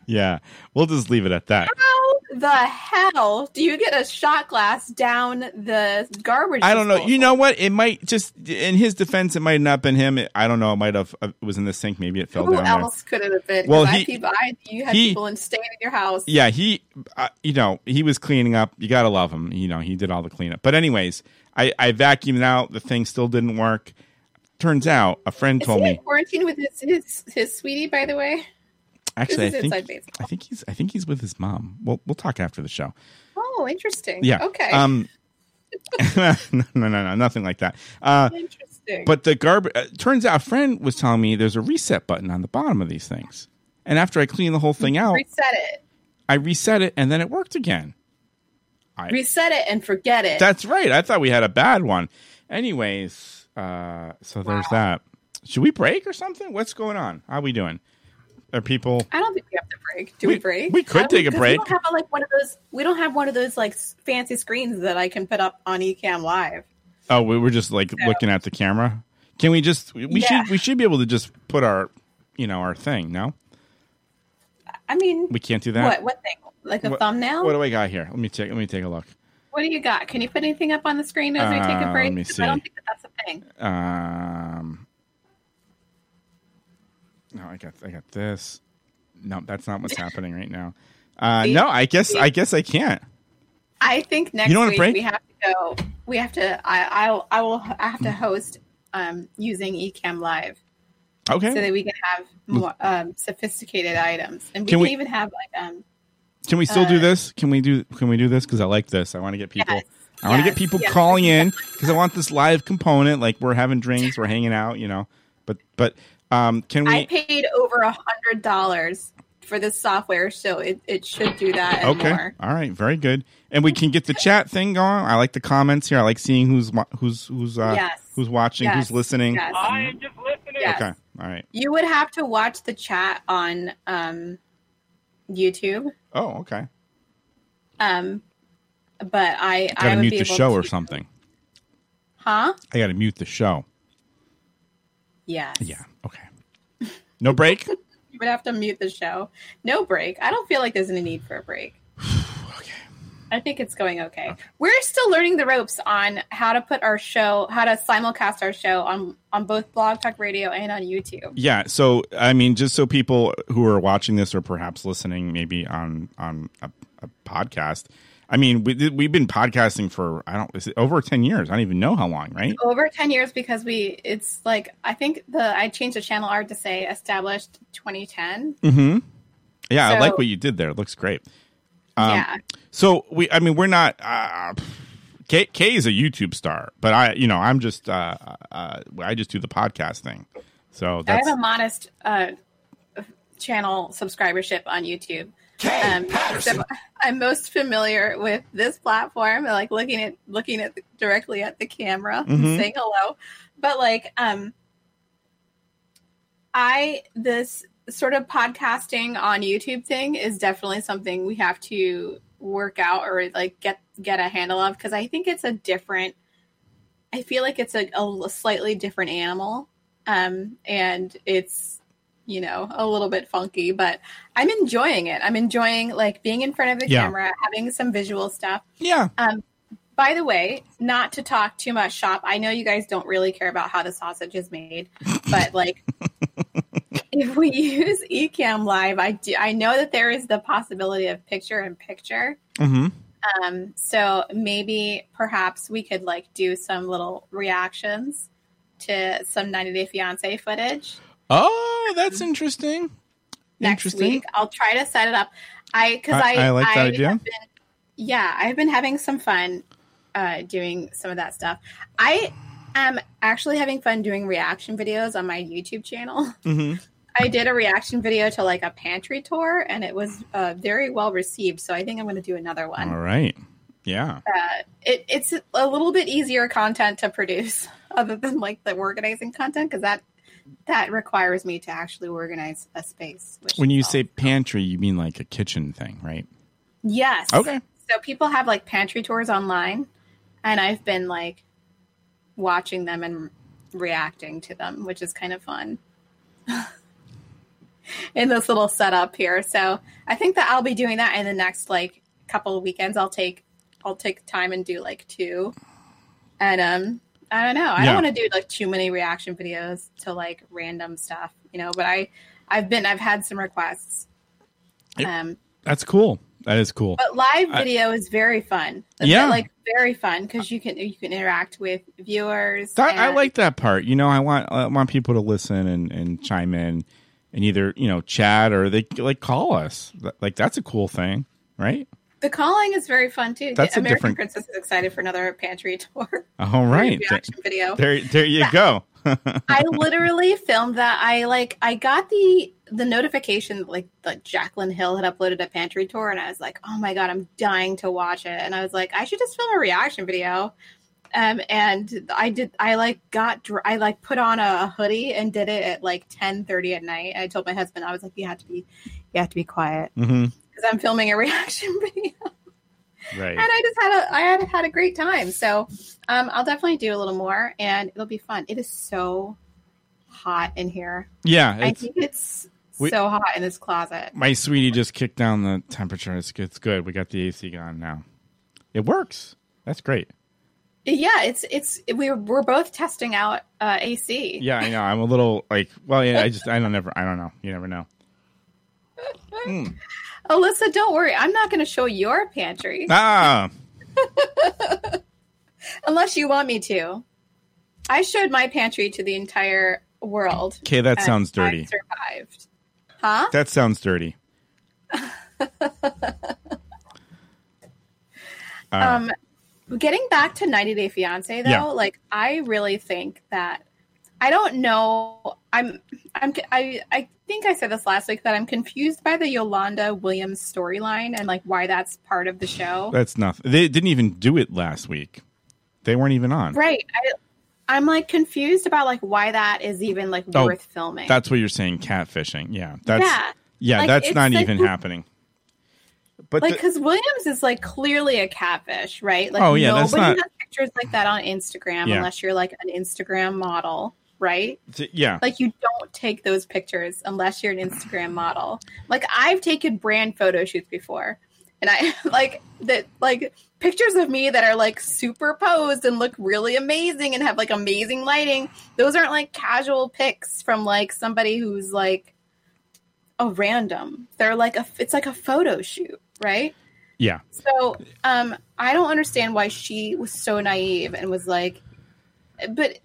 A: Yeah, we'll just leave it at that.
B: How the hell do you get a shot glass down the garbage?
A: I don't know.
B: disposal?
A: You know what? It might just in his defense, it might have not been him. It- I don't know. It might have it was in the sink. Maybe it fell
B: Who
A: down. there.
B: else could it have been? 'Cause
A: Well,
B: I
A: he-
B: keep- I- you had
A: he-
B: people in staying in your house.
A: Yeah, he, uh, you know, he was cleaning up. You gotta love him. You know, he did all the cleanup. But anyways, I I vacuumed out. The thing still didn't work. Turns out a friend
B: Is
A: told
B: he in
A: me.
B: quarantine with his, his his sweetie? By the way,
A: Actually, I
B: is
A: think
B: inside baseball.
A: I think he's I think he's with his mom. We'll we'll talk after the show.
B: oh, interesting.
A: Yeah.
B: okay,
A: Um. no, no, no, no, nothing like that. Uh,
B: interesting.
A: But the garbage uh, turns out, a friend was telling me there's a reset button on the bottom of these things. And after I cleaned the whole thing out,
B: reset it,
A: I reset it and then it worked again. I-
B: reset it, and forget it.
A: That's right. I thought we had a bad one. Anyways, uh, so there's that. Should we break or something? What's going on? How we doing? Are people?
B: I don't think we have to break. Do
A: We-
B: we, break?
A: we could
B: I don't-
A: take a
B: 'cause
A: break.
B: We don't have like one of those. We don't have one of those like s- fancy screens that I can put up on Ecamm Live.
A: Oh, we were just like looking at the camera. Can we just? We we
B: Yeah.
A: should. We should be able to just put our, you know, our thing. No,
B: I mean,
A: we can't do that.
B: what what thing? Like a
A: What-
B: thumbnail?
A: What
B: What,
A: do I got here? Let me take. Let me take a look.
B: do you got? Can you put anything up on the screen as we take
A: Uh,
B: a break?
A: let me
B: 'Cause I don't
A: see.
B: think that that's a thing.
A: Um, no, I got I got this. No, that's not what's happening right now. Uh,
B: See?
A: no, I guess I guess I can't.
B: I think next
A: You don't wanna
B: week
A: break?
B: we have to go. We have to. I I'll, I will. I
A: Mm.
B: have to host um, using Ecamm Live so
A: Okay,
B: that we can have more um, sophisticated items, and we
A: Can
B: can,
A: we-
B: even have like um.
A: can we still do
B: uh,
A: this? Can we do Can we do this? Because I like this. I want to get people.
B: Yes,
A: I want to get
B: yes,
A: people
B: yes,
A: calling in because I want this live component. Like we're having drinks, we're hanging out, you know. But but um, can we?
B: I paid over a hundred dollars for this software, so it, it should do that and
A: okay,
B: more.
A: all right, very good. And we can get the chat thing going. I like the comments here. I like seeing who's wa- who's who's uh,
B: Yes.
A: who's watching,
B: Yes,
A: who's listening.
B: yes.
C: I am just listening.
B: Yes.
A: Okay, all right.
B: You would have to watch the chat on um, YouTube,
A: Oh, okay.
B: um, but I
A: I gotta
B: I would
A: mute
B: be
A: the
B: able
A: show or
B: to-
A: something.
B: huh?
A: I gotta mute the show.
B: Yes.
A: Yeah. Okay. No break.
B: You would have to mute the show. No break. I don't feel like there's any need for a break.
A: okay.
B: I think it's going okay. We're still learning the ropes on how to put our show, how to simulcast our show on on both Blog Talk Radio and on YouTube.
A: Yeah. So I mean, just so people who are watching this or perhaps listening, maybe on on a, a podcast. I mean, we did- we've been podcasting for I don't is it over ten years. I don't even know how long, right?
B: Over 10 years because we it's like I think the I changed the channel art to say established 2010.
A: Mm-hmm. Yeah, I
B: So-
A: like what you did there. It looks great. Um,
B: yeah.
A: So we, I mean, we're not. Uh, K, K is a YouTube star, but I, you know, I'm just, uh, uh, I just do the podcast thing. So
B: I
A: Oh, that's
B: have a modest uh, channel subscribership on YouTube.
H: K.
B: Um,
H: Patterson.
B: so I'm most familiar with this platform, and like looking at looking at the, directly at the camera, and
A: Mhm.
B: saying hello. But like, um, I this sort of podcasting on YouTube thing is definitely something we have to work out or like get get a handle of because I think it's a different. I feel like it's a, a slightly different animal, um, and it's you know a little bit funky, but I'm enjoying it. I'm enjoying like being in front of the
A: Yeah.
B: camera, having some visual stuff.
A: Yeah.
B: By the way, not to talk too much shop. I know you guys don't really care about how the sausage is made, but like if we use eCam Live, I do I know that there is the possibility of picture in picture.
A: Mm-hmm.
B: Um, so maybe perhaps we could like do some little reactions to some 90 Day Fiance footage
A: Oh, that's interesting.
B: next week. I'll try to set it up. I because
A: I-
B: I,
A: I like that idea.
B: have been- yeah, I've been having some fun uh, doing some of that stuff. I am actually having fun doing reaction videos on my YouTube channel.
A: Mhm.
B: I did a reaction video to like a pantry tour, and it was uh, very well received. So I think I'm going to do another one.
A: All right. Yeah.
B: Uh, it, it's a little bit easier content to produce, other than like the organizing content, because that that requires me to actually organize a space. which
A: When you
B: is
A: say pantry, you mean like a kitchen thing, right?
B: Yes.
A: Okay.
B: So people have like pantry tours online, and I've been like watching them and reacting to them, which is kind of fun in this little setup here. So I think that I'll be doing that in the next like couple of weekends. I'll take I'll take time and do like two, and um. I don't know. I
A: Yeah.
B: don't want to do like too many reaction videos to like random stuff, you know. But I, I've been, I've had some requests.
A: Yep.
B: Um,
A: That's cool. That is cool.
B: but live
A: I-
B: video is very fun.
A: Yeah.
B: like very fun because you can you can interact with viewers.
A: That, I
B: and-
A: like that part. You know, I want I want people to listen and, and chime in and either, you know, chat or they like call us. Th- Like that's a cool thing, right?
B: the calling is very fun too.
A: That's a
B: American
A: different-
B: Princess is excited for another pantry tour
A: All right. Th-
B: reaction video.
A: There there you go. Mm-hmm.
B: I literally filmed that. I like I got the the notification that like that Jaclyn Hill had uploaded a pantry tour, and I was like, oh my god, I'm dying to watch it. And I was like, I should just film a reaction video. Um, and I did. I like got. dr- I like put on a hoodie and did it at like ten thirty at night. I told my husband, I was like, you have to be, you have to be quiet
A: hmm
B: because I'm filming a reaction video.
A: Right.
B: And I just had a. I had had a great time. So, um, I'll definitely do a little more, and it'll be fun. It is so hot in here.
A: Yeah.
B: I
A: It's,
B: think it's
A: We-
B: so hot in this closet.
A: my sweetie just kicked down the temperature. It's, it's good. We got the AC on now. It works. That's great.
B: Yeah, it's it's we we're both testing out uh, AC.
A: Yeah, I know. I'm a little like, well, yeah, I just, I don't never, I don't know. You never know.
B: Alyssa, don't worry, I'm not going to show your pantry
A: Ah,
B: unless you want me to. I showed my pantry to the entire world.
A: okay. That
B: and
A: sounds
B: I
A: dirty.
B: survived, huh?
A: That sounds dirty. Uh,
B: Um, getting back to 90 Day Fiance though,
A: Yeah.
B: like I really think that I don't know. I'm I'm I I think I said this last week that I'm confused by the Yolanda Williams storyline and like why that's part of the show.
A: that's nothing. They didn't even do it last week. They weren't even on.
B: Right. I, I'm like confused about like why that is even like
A: Oh,
B: worth filming.
A: That's what you're saying, catfishing. Yeah, that's yeah,
B: Yeah. Like,
A: that's
B: it's
A: not
B: like-
A: even happening. But
B: like
A: the-
B: because Williams is like clearly a catfish, right? Like
A: Oh, yeah,
B: nobody
A: that's not-
B: has pictures like that on Instagram
A: Yeah.
B: unless you're like an Instagram model, right?
A: th- yeah,
B: Like you don't take those pictures unless you're an Instagram model. Like I've taken brand photo shoots before. And I like that like pictures of me that are like superposed and look really amazing and have like amazing lighting. Those aren't like casual pics from like somebody who's like a random. They're like a it's like a photo shoot, right?
A: yeah.
B: So um, I don't understand why she was so naive and was like, but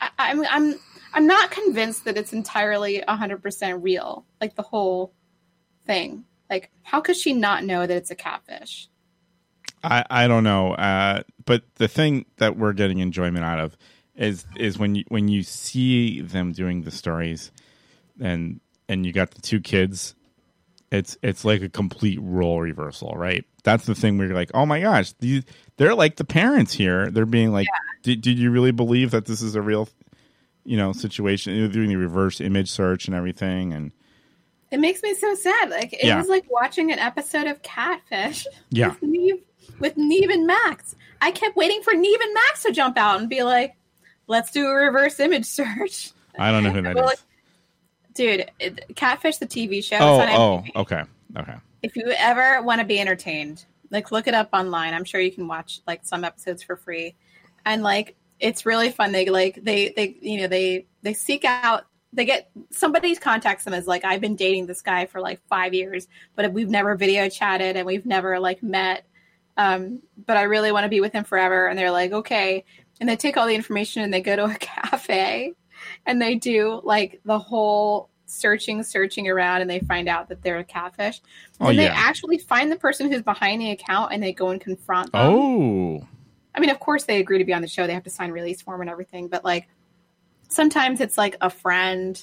B: I, I'm I'm I'm not convinced that it's entirely 100 percent real. Like the whole thing. Like how could she not know that it's a catfish?
A: I, I don't know. Uh, but the thing that we're getting enjoyment out of is is when you when you see them doing the stories and and you got the two kids it's it's like a complete role reversal, right? That's the thing where you're like, oh my gosh, these, they're like the parents here. They're being like, did, did you really believe that this is a real, you know, situation? They're doing the reverse image search and everything, and
B: It makes me so sad. Like it
A: Yeah.
B: was like watching an episode of Catfish.
A: Yeah.
B: With Neve, with Neve and Max. I kept waiting for Neve and Max to jump out and be like, "Let's do a reverse image search."
A: I don't know who that
B: Well,
A: is.
B: Dude, it, Catfish the TV show.
A: Oh,
B: it's on
A: oh,
B: MTV.
A: okay, okay.
B: If you ever want to be entertained, like look it up online. I'm sure you can watch like some episodes for free. And like it's really fun. They like they they you know they they seek out they get somebody contacts them as like I've been dating this guy for like 5 years, but we've never video chatted and we've never like met um but I really want to be with him forever and they're like okay and they take all the information and they go to a cafe and they do like the whole searching searching around and they find out that they're a catfish
A: Oh,
B: and they
A: yeah.
B: actually find the person who's behind the account and they go and confront them.
A: Oh,
B: I mean, of course they agree to be on the show. They have to sign release form and everything, but like sometimes it's like a friend,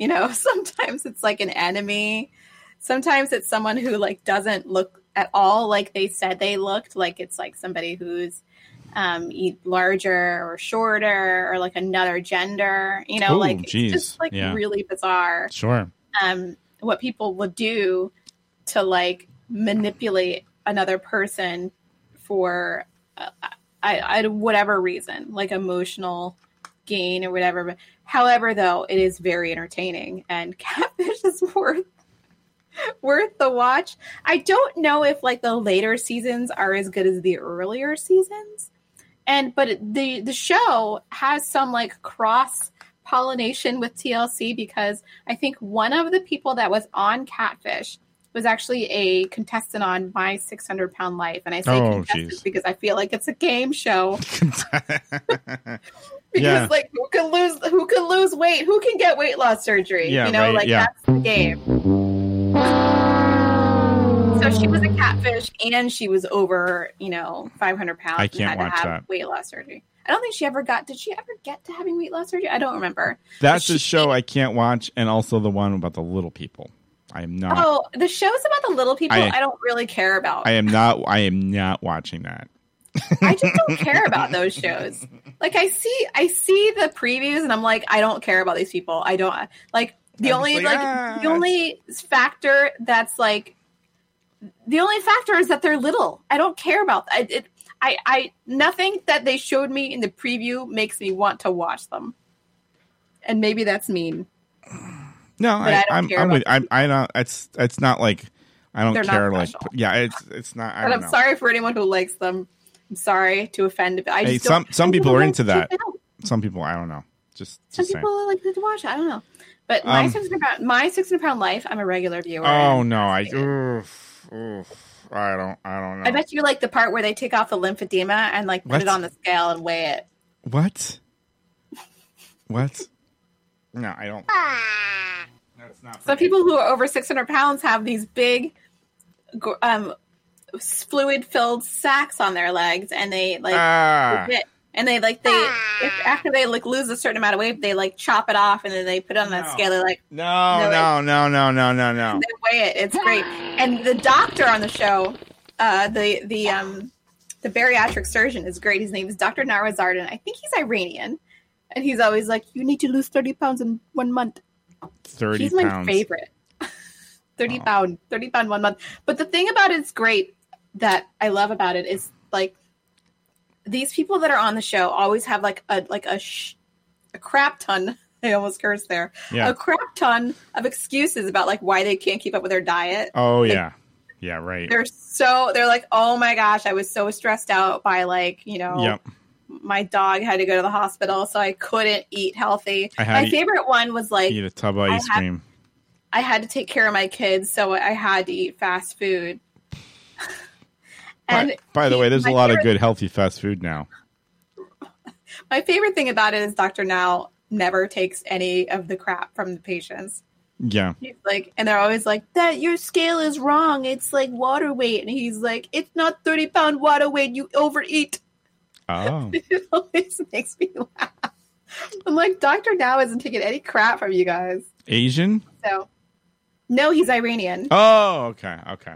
B: you know, sometimes it's like an enemy. Sometimes it's someone who like doesn't look at all like they said they looked, like it's like somebody who's um e- larger or shorter or like another gender, you know,
A: Ooh,
B: like
A: geez.
B: it's just like
A: Yeah.
B: really bizarre
A: sure.
B: um, what people will do to like manipulate another person for uh, I, I, whatever reason, like emotional gain or whatever. However, though, it is very entertaining, and Catfish is worth worth the watch. I don't know if like the later seasons are as good as the earlier seasons, and but it- the the show has some like cross pollination with TLC because I think one of the people that was on Catfish was actually a contestant on My 600 Pound Life, and I say
A: Oh,
B: contestant
A: geez.
B: because I feel like it's a game show because
A: Yeah.
B: like who can lose who can lose weight who can get weight loss surgery
A: Yeah,
B: you know
A: right,
B: like
A: yeah.
B: that's the game so she was a catfish and she was over you know 500 pounds
A: I
B: and
A: can't
B: had
A: watch
B: to have
A: that.
B: weight loss surgery i don't think she ever got did she ever get to having weight loss surgery i don't remember
A: That's
B: She-
A: a show I can't watch, and also the one about the little people. I am not.
B: oh the shows about the little people
A: Uh-huh. I-
B: i, don't really care about
A: I am not. I am not watching that.
B: I just don't care about those shows. Like I see, I see the previews, and I'm like, I don't care about these people. I don't like the
A: I'm
B: only
A: just
B: like
A: like, "Ah."
B: the only factor that's like the only factor is that they're little. I don't care about I, it. I, I nothing that they showed me in the preview makes me want to watch them. And maybe that's mean.
A: No,
B: But I
A: I,
B: don't
A: I am
B: care
A: I'm
B: about
A: with. I'm, I don't. It's. It's not like. I don't
B: They're not
A: care. Like.
B: special.
A: Yeah. It's. It's not. I
B: But
A: don't
B: I'm
A: know.
B: sorry for anyone who likes them. I'm sorry to offend. But I
A: Hey,
B: just don't-
A: some- some
B: I
A: people
B: don't
A: are
B: like
A: into that.
B: people.
A: Some people. I don't know. Just.
B: some
A: just saying.
B: people like to watch. it. I don't know, but my
A: Um,
B: six hundred pound, my six hundred pound life. I'm a regular viewer.
A: Oh
B: and
A: no! I.
B: fascinated.
A: Oof, oof, I don't. I don't know.
B: I bet you like the part where they take off the lymphedema and like put
A: What?
B: it on the scale and weigh it.
A: What? What? No, I don't. That's not. for
B: So
A: me.
B: Ah. people who are over six hundred pounds have these big, gr- um, fluid filled sacks on their legs, and they like
A: Ah,
B: rip it. and they like they if, after they like lose a certain amount of weight, they like chop it off and then they put it on that
A: No.
B: scale. They're like
A: no, no, no, no, no, no, no.
B: they weigh it. It's great. And the doctor on the show, uh, the the um, the bariatric surgeon is great. His name is Dr. Narwa Zardan. I think he's Iranian, and he's always like, "You need to lose thirty pounds in one month."
A: Thirty
B: he's my
A: pounds.
B: favorite. thirty pound, thirty pound one month. But the thing about it's great that I love about it is like these people that are on the show always have like a like a sh- a crap ton. I almost cursed there
A: Yeah.
B: a crap ton of excuses about like why they can't keep up with their diet.
A: Oh yeah. Yeah. Right.
B: They're so they're like, oh my gosh, I was so stressed out by like you know
A: Yep.
B: my dog had to go to the hospital, so I couldn't eat healthy.
A: I had
B: my
A: to
B: favorite one was like
A: Eat a tub of
B: I
A: ice
B: have-
A: cream.
B: I had to take care of my kids, so I had to eat fast food. and
A: by, by the way, there's a
B: my
A: lot of
B: favorite-
A: good healthy fast food now.
B: my favorite thing about it is Dr. Now never takes any of the crap from the patients.
A: Yeah.
B: He's like, and they're always like, "That your scale is wrong. It's like water weight." And he's like, "It's not thirty pound water weight. You overeat."
A: Oh.
B: It always makes me laugh. I'm like, Doctor Now isn't taking any crap from you guys.
A: Asian?
B: So, No, he's Iranian.
A: Oh, okay, okay.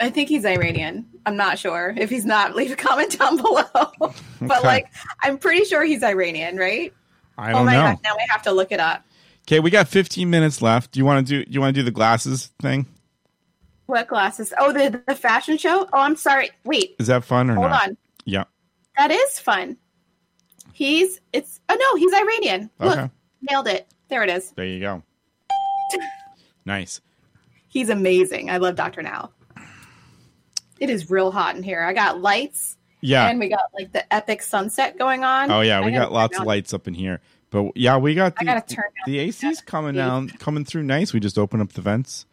B: I think he's Iranian. I'm not sure. If he's not, leave a comment down below. but
A: Okay.
B: like, I'm pretty sure he's Iranian, right?
A: I
B: Oh
A: don't
B: my
A: know.
B: god! Now I have to look it up.
A: Okay, we got 15 minutes left. Do you want to do? You want to do the glasses thing?
B: What glasses? Oh, the the fashion show. Oh, I'm sorry. Wait,
A: Is that fun or
B: hold
A: not?
B: on.
A: Yeah.
B: That is fun. He's it's. Oh no, he's Iranian.
A: Okay.
B: Look, nailed it. There it is.
A: There you go. nice.
B: He's amazing. I love Doctor Now. It is real hot in here. I got lights,
A: Yeah.
B: and we got like the epic sunset going on.
A: oh yeah,
B: I
A: we
B: gotta
A: got lots
B: turn
A: of
B: on-
A: lights up in here. But yeah, we got
B: I
A: the
B: gotta turn down
A: the AC's coming
B: Yeah.
A: down, coming through nice. We just open up the vents.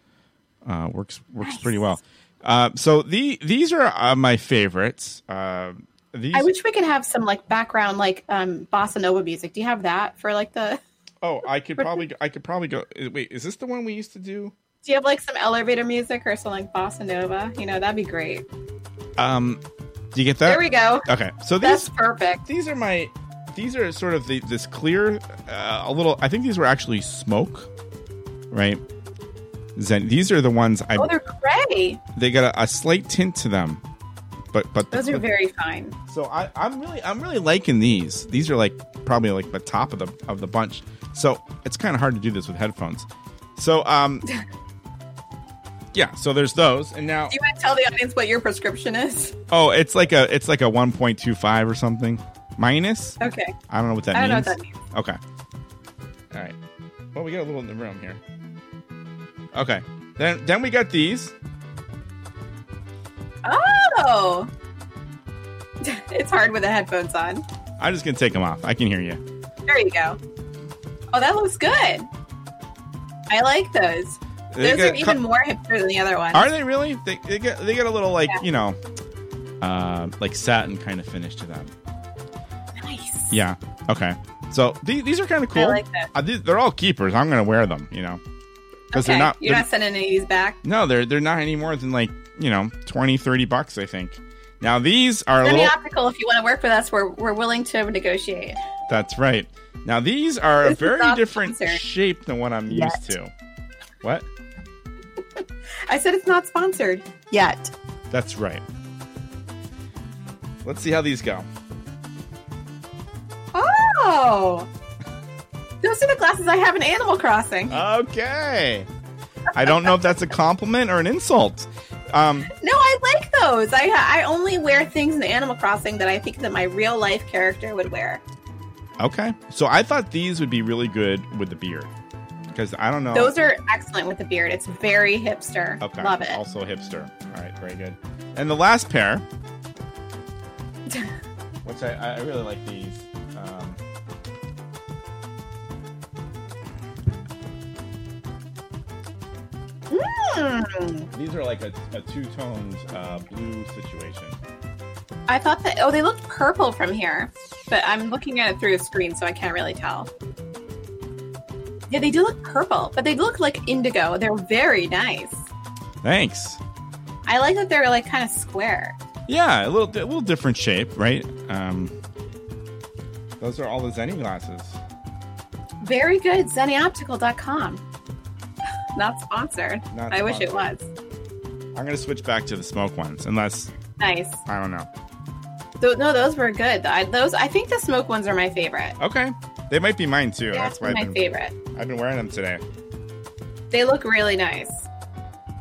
A: Uh, works works pretty well. Uh, so the these are uh, my favorites. Uh, these
B: I wish we could have some like background like um bossa nova music. Do you have that for like the
A: oh I could probably go- I could probably go uh, wait is this the one we used to do?
B: do you have like some elevator music or some like bossa nova? You know, that'd be great.
A: Um, do you get that?
B: there we go.
A: Okay, so these
B: That's perfect.
A: these are my these are sort of the this clear uh, a little i think these were actually smoke right zen these are the ones i
B: Oh, they're gray.
A: they got a, a slight tint to them but but
B: Those are very fine.
A: so I, i'm really i'm really liking these these are like probably like the top of the of the bunch so it's kind of hard to do this with headphones so um yeah so there's those and now
B: Do you want to tell the audience what your prescription is?
A: oh it's like a it's like a 1.25 or something minus
B: Okay.
A: I don't know what that
B: I don't know
A: means.
B: what that means.
A: Okay. All right. Well, we got a little in the room here. Okay. Then then we got these.
B: Oh. it's hard with the headphones on.
A: I'm just gonna take them off. I can hear you.
B: There you go. Oh, that looks good. I like those.
A: They
B: Those
A: got
B: are
A: a
B: even
A: cou-
B: more hipster than the other one.
A: Are they really? They they got they got a little like
B: Yeah.
A: you know, uh, like satin kind of finish to them.
B: nice.
A: Yeah. Okay. So these, these are kind of cool.
B: like that.
A: Uh, these, they're all keepers. I'm gonna wear them. You know, because
B: Okay.
A: they're not.
B: You're
A: they're-
B: not sending any of these back.
A: no, they're they're not any more than like you know 20, 30 bucks. I think. Now these are a
B: Semi
A: little.
B: optical. If you want to work with us, we're we're willing to negotiate.
A: That's right. Now these are a
B: This is
A: very
B: not
A: different
B: sponsored.
A: shape than what I'm used to. What?
B: I said it's not sponsored yet.
A: That's right. Let's see how these go.
B: Oh, those are the glasses I have in Animal Crossing.
A: Okay. I don't know if that's a compliment or an insult. Um,
B: No, I like those. I I only wear things in Animal Crossing that I think that my real life character would wear.
A: okay. So I thought these would be really good with the beard because I don't know.
B: Those are excellent with the beard. It's very hipster.
A: Oh. okay.
B: Love it.
A: Also hipster. All right. Very good. And the last pair, which I, I really like these. Um,
B: Hmm.
A: these are like a, a two-toned uh, blue situation.
B: I thought that oh they looked purple from here, but I'm looking at it through a screen so I can't really tell. Yeah, they do look purple, but they look like indigo. They're very nice.
A: Thanks.
B: I like that they're like kind of square.
A: Yeah, a little, a little different shape, right? Um, those are all the Zenny glasses.
B: Very good. ZennyOptical.com. Not sponsored.
A: Not
B: I wish it was.
A: sponsored. I'm gonna switch back to the smoke ones, unless
B: Nice.
A: I don't know.
B: Th- no, those were good. I, those I think the smoke ones are my favorite.
A: Okay, they might be mine too.
B: Yeah,
A: That's why
B: my
A: I've been,
B: favorite.
A: I've been wearing them today.
B: They look really nice.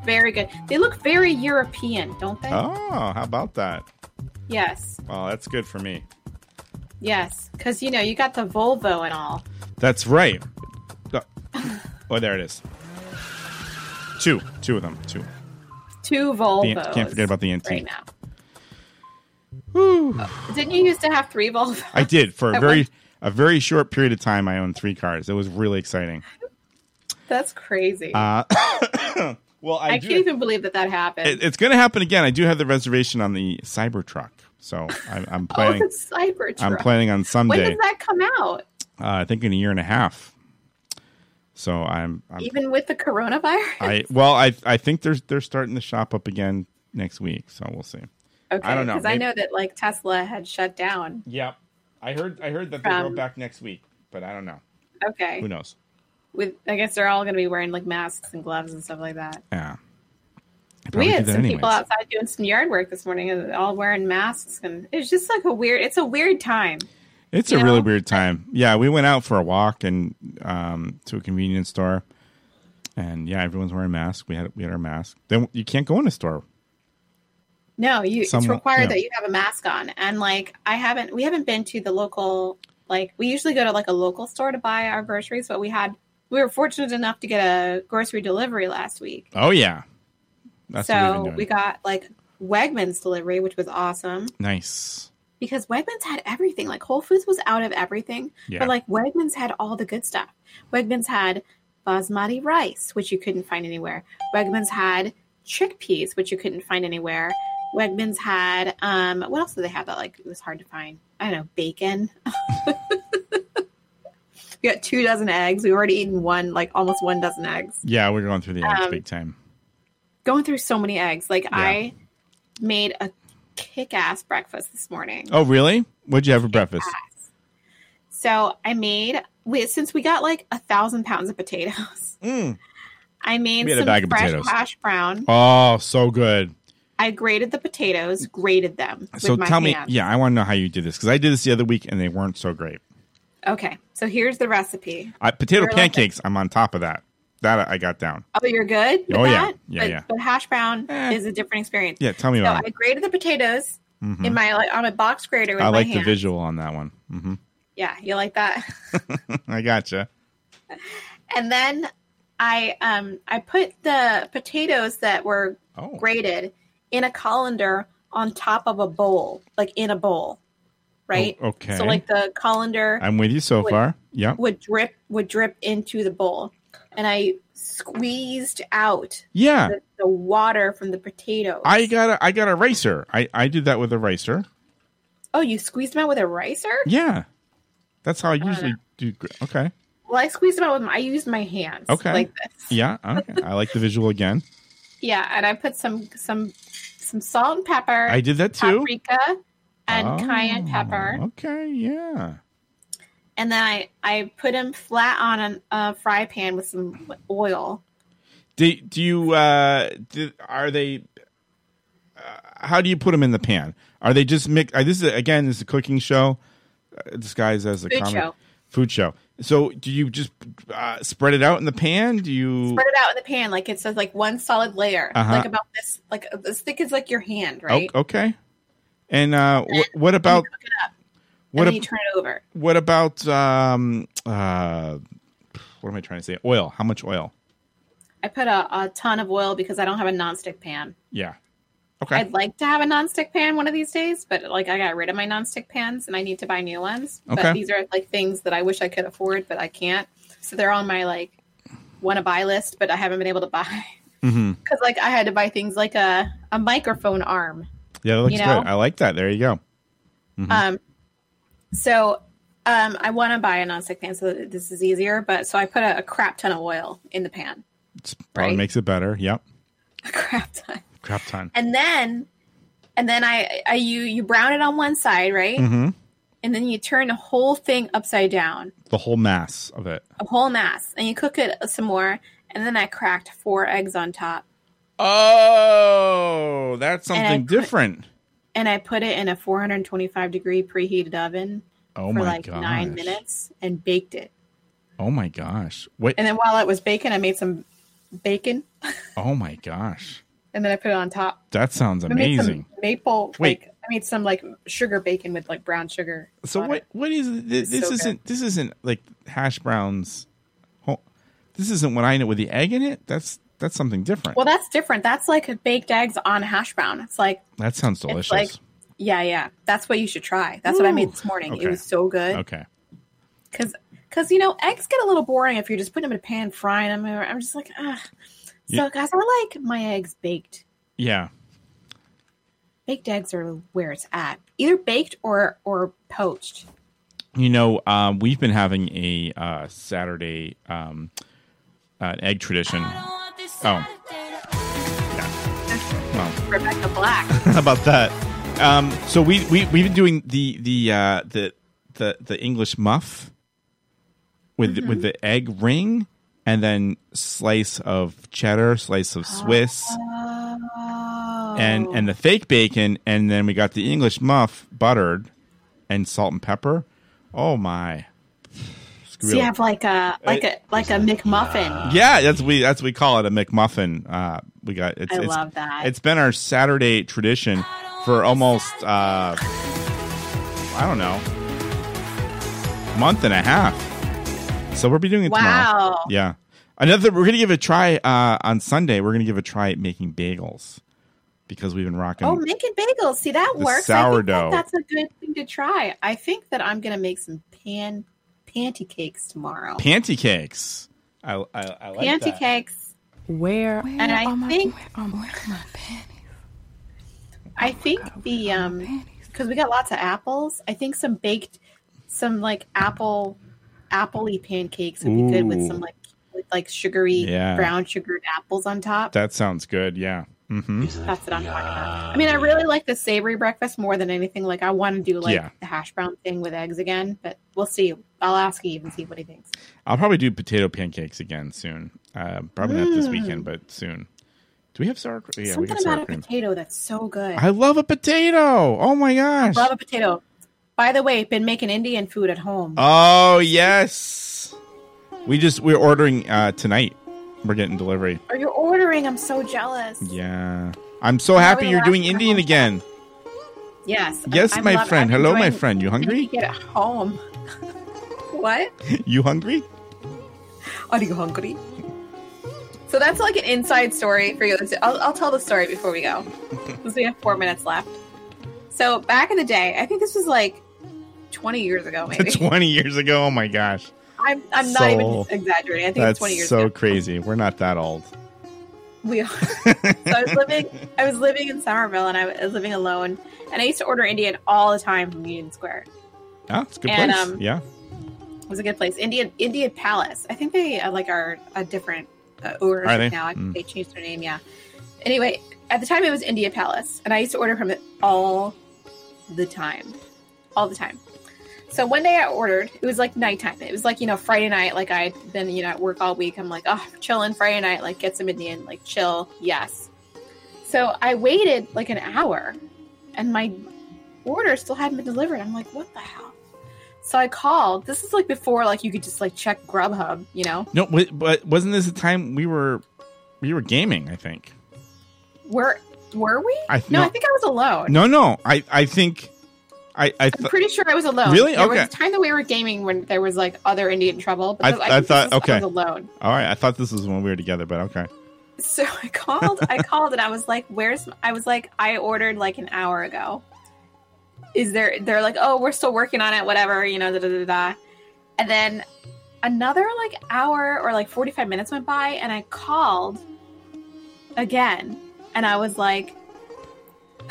B: Very good. They look very European, don't they?
A: Oh, how about that?
B: Yes.
A: Well, that's good for me.
B: Yes. Because, you know, you got the Volvo and all.
A: That's right. Oh, there it is. Two, two of them. Two.
B: Two
A: The-
B: Volvos.
A: can't forget about the
B: right
A: antique.
B: now. Oh,
A: Whew.
B: Didn't you used to have three Volvos?
A: I did for a
B: At
A: very
B: one-
A: a very short period of time. I owned three cars. It was really exciting.
B: That's crazy.
A: Uh, well, I,
B: I
A: do.
B: can't even believe that that happened.
A: it, it's going to happen again. I do have the reservation on the Cybertruck, so I'm, I'm planning.
B: Oh, the Cybertruck.
A: I'm planning on
B: When
A: someday.
B: does that come out?
A: uh, I think in a year and a half. So I'm. I'm
B: Even with the coronavirus?
A: I well, I I think they're they're starting the shop up again next week, so we'll see.
B: okay,
A: I don't know.
B: Because I
A: Maybe-
B: know that like Tesla had shut down.
A: Yep, I heard I heard that
B: they go Um,
A: back next week, but I don't know.
B: Okay.
A: knows?
B: with I guess they're all going to be wearing like masks and gloves and stuff like that.
A: Yeah. I
B: We
A: probably do
B: had
A: that
B: some people
A: anyways.
B: outside doing some yard work this morning, and all wearing masks, and it's just like a weird. It's a weird time.
A: It's
B: you
A: a really
B: know?
A: weird time. Yeah, we went out for a walk and um, to a convenience store, and yeah, everyone's wearing masks. We had we had our masks. Then you can't go in a store.
B: No, you it's
A: Someone-
B: required
A: yeah.
B: that you have a mask on. And like I haven't we haven't been to the local like we usually go to like a local store to buy our groceries, but we had we were fortunate enough to get a grocery delivery last week.
A: Oh yeah, that's what we've been
B: so
A: doing.
B: we got like Wegmans delivery, which was awesome
A: nice.
B: because Wegmans had everything. Like Whole Foods was out of everything,
A: Yeah.
B: but like Wegmans had all the good stuff. Wegmans had basmati rice, which you couldn't find anywhere. Wegmans had chickpeas, which you couldn't find anywhere. Wegmans had um, what else did they have that like it was hard to find? I don't know, bacon. we got two dozen eggs. We've already eaten one, like almost one dozen eggs
A: yeah, we're going through the eggs
B: Um,
A: big time.
B: going through so many eggs. Like I made a kick-ass breakfast this morning.
A: Oh really? What'd you have for breakfast?
B: So I made we, since we got like a thousand pounds of potatoes.
A: Mm.
B: I made
A: We had a
B: some
A: bag of
B: fresh
A: potatoes.
B: hash brown.
A: Oh, so good. I
B: I grated the potatoes, grated them. With
A: So
B: my
A: tell
B: hand.
A: me, yeah, I want to know how you did this because I did this the other week and they weren't so great.
B: Okay, so here's the recipe.
A: I, potato
B: They're like-
A: pancakes. I'm on top of that. That I got down.
B: Oh, you're good. with
A: Oh, yeah.
B: that?
A: Yeah,
B: but,
A: yeah.
B: But hash brown
A: Eh.
B: is a different experience.
A: Yeah, tell me
B: So
A: about
B: I
A: it.
B: grated the potatoes
A: Mhm.
B: in my like on a box grater with
A: I
B: my
A: like
B: hand.
A: the visual on that one. hmm
B: Yeah, you like that.
A: I gotcha.
B: and then I um I put the potatoes that were
A: Oh,
B: grated in a colander on top of a bowl, like in a bowl, right?
A: Oh, okay.
B: So like the colander
A: I'm with you so
B: Wait.
A: far. Yep.
B: would drip would drip into the bowl, and I squeezed out
A: Yeah.
B: the, the water from the potatoes.
A: I got a I got a racer. I I did that with a racer.
B: oh, you squeezed them out with a ricer?
A: Yeah. That's how I usually do. gr- Okay.
B: Well, I squeezed them out with my, I used my hands.
A: Okay.
B: like this.
A: Yeah. Okay. I like the visual again.
B: Yeah, and I put some some some salt and pepper.
A: I did that too.
B: paprika and
A: Oh,
B: cayenne pepper
A: Okay. Yeah.
B: and then i i put them flat on an, a fry pan with some oil
A: Do do you uh do, are they uh, how do you put them in the pan? Are they just mix? Uh, this is again. This is a cooking show, uh, disguised as a
B: Food
A: comic-
B: show.
A: food show. So, do you just uh, spread it out in the pan? Do you
B: spread it out in the pan like it says like one solid layer
A: Uh-huh. Oh,
B: like about this like as thick as like your hand right
A: O- okay. And uh, wh- what about
B: cook it up
A: what
B: and
A: ab-
B: then you turn it over
A: what about um uh what am I trying to say? Oil. How much oil?
B: i put a, a ton of oil because i don't have a nonstick pan
A: Yeah. Okay.
B: i'd like to have a nonstick pan one of these days but like i got rid of my nonstick pans and i need to buy new ones
A: Okay.
B: but these are like things that i wish i could afford but i can't so they're on my like want to buy list but i haven't been able to buy
A: hmm
B: because like I had to buy things like a, a microphone arm.
A: Yeah, that looks
B: You know?
A: good. I like that. There you go. Mm-hmm.
B: Um, so um, I want to buy a nonstick pan so that this is easier. But so I put a, a crap ton of oil in the pan,
A: It's probably
B: Right.
A: makes it better. Yep.
B: a crap ton,
A: Crap ton.
B: and then and then I, I you you brown it on one side, right?
A: hmm
B: And then you turn the whole thing upside down,
A: The whole mass of it.
B: a whole mass, and you cook it some more. And then I cracked four eggs on top,
A: Oh, that's
B: And I
A: something
B: put-
A: different.
B: and I put it in a 425 degree preheated oven
A: Oh
B: for
A: my
B: like
A: gosh.
B: nine minutes and baked it.
A: Oh my gosh. Wait.
B: And then while it was bacon, I made some bacon,
A: oh my gosh.
B: and then I put it on top.
A: That sounds
B: I made
A: amazing.
B: some maple.
A: Wait.
B: like I made some like sugar bacon with like brown sugar.
A: So
B: on
A: what?
B: it.
A: What is this?
B: It's
A: this
B: so good.
A: isn't this isn't like hash browns. ho- This isn't what I know with the egg in it. That's that's something different.
B: Well, that's different. That's like baked eggs on hash brown. It's like
A: that sounds delicious.
B: it's like yeah, yeah. That's what you should try. That's what I made this morning.
A: Okay.
B: It was so good
A: okay.
B: because because you know eggs get a little boring if you're just putting them in a pan frying them. I'm just like ah. So
A: Yeah.
B: guys, I like my eggs baked.
A: Yeah.
B: Baked eggs are where it's at. Either baked or or poached.
A: You know, um, we've been having a uh, Saturday um, uh, egg tradition. Oh,
B: Rebecca Black.
A: How about that. Um, so we we we've been doing the the uh,
B: Mm-hmm.
A: the the the English muff with with the egg ring and then slice of cheddar, slice of Swiss,
B: Oh.
A: and and the fake bacon, and then we got the English muff buttered, and salt and pepper. Oh my! Screw
B: So you
A: it.
B: have like a like a like a McMuffin.
A: Yeah, that's we that's we call it a McMuffin. Uh, we got it's,
B: I
A: it's-
B: love that.
A: It's been our Saturday tradition for almost uh, I don't know month and a half. So we'll be doing it tomorrow.
B: Wow.
A: Yeah, another we're gonna give it a try uh, on Sunday. We're gonna give it a try at making bagels because we've been rocking.
B: Oh, making bagels. See that
A: The
B: works. I think that
A: sourdough.
B: that's a good thing to try. I think that I'm gonna make some pan panty cakes tomorrow.
A: Panty cakes. I, I, I like
B: panty
A: that.
B: cakes.
J: Where?
B: And I think
J: are my panties?
B: I think the um because we got lots of apples. I think some baked some like apple appley pancakes would be good with
A: Ooh.
B: some like with like sugary
A: Yeah.
B: brown sugared apples on top.
A: That sounds good. Yeah. hmm
B: That's what I'm talking about. I mean, I really like the savory breakfast more than anything. Like, I want to do like
A: Yeah.
B: the hash brown thing with eggs again, but we'll see. I'll ask Eve and see what he thinks.
A: I'll probably do potato pancakes again soon. Uh, probably not this weekend, but soon. Do we have sour cream? Yeah, we
B: Mm. Something
A: got
B: about
A: sour
B: a
A: cream.
B: potato that's so good.
A: I love a potato. Oh my gosh.
B: Love a potato. By the way, been making Indian food at home.
A: Oh yes. We just we're ordering uh, tonight. We're getting delivery.
B: Are you ordering? I'm so jealous.
A: Yeah. I'm so happy
B: Probably
A: you're
B: the
A: doing
B: last
A: Indian
B: time.
A: again.
B: Yes.
A: Yes,
B: I'm- I'm
A: my
B: love-
A: friend.
B: I'm
A: Hello, my
B: enjoying
A: friend. You hungry?
B: Get at home. what?
A: You hungry?
B: Are you hungry? So that's like an inside story for you. I'll, I'll tell the story before we go because we have four minutes left. So back in the day, I think this was like 20 years ago, maybe.
A: 20 years ago. Oh my gosh.
B: I'm, I'm
A: so-
B: not even exaggerating. I think
A: That's
B: it's 20 years
A: so
B: ago.
A: crazy. We're not that old.
B: we are. so I was living I was living in Somerville and I was living alone and I used to order Indian all the time from Union Square.
A: Yeah, Ah, it's a good
B: And,
A: place.
B: um,
A: yeah.
B: It was a good place. Indian Indian Palace. I think they uh, like are a different uh, ownership
A: Are they?
B: now. I think
A: Mm.
B: they changed their name. Yeah. Anyway, at the time it was India Palace, and I used to order from it all the time, all the time. So one day I ordered. It was like nighttime. It was like you know Friday night. Like I had been you know at work all week. I'm like oh chilling Friday night. Like get some Indian. Like chill. Yes. So I waited like an hour, and my order still hadn't been delivered. I'm like what the hell. So I called. This is like before, like you could just like check Grubhub, you know.
A: No, wa- but wasn't this the time we were we were gaming, I think.
B: Were were we?
A: I-
B: no,
A: no.
B: I think I was alone.
A: No, no. I I think I I
B: I'm
A: th-
B: pretty sure I was alone.
A: Really?
B: There
A: Okay.
B: was a time that we were gaming when there was like other Indian trouble. But
A: I-
B: this-
A: I
B: think this
A: thought-
B: was-
A: okay.
B: I was alone.
A: all right. I thought this was when we were together, but okay.
B: So I called. I called and I was like, "Where's?" I was like, "I ordered like an hour ago." Is there? They're like, "Oh, we're still working on it. Whatever, you know." Da da da da. And then another like hour or like forty five minutes went by, and I called again, and I was like,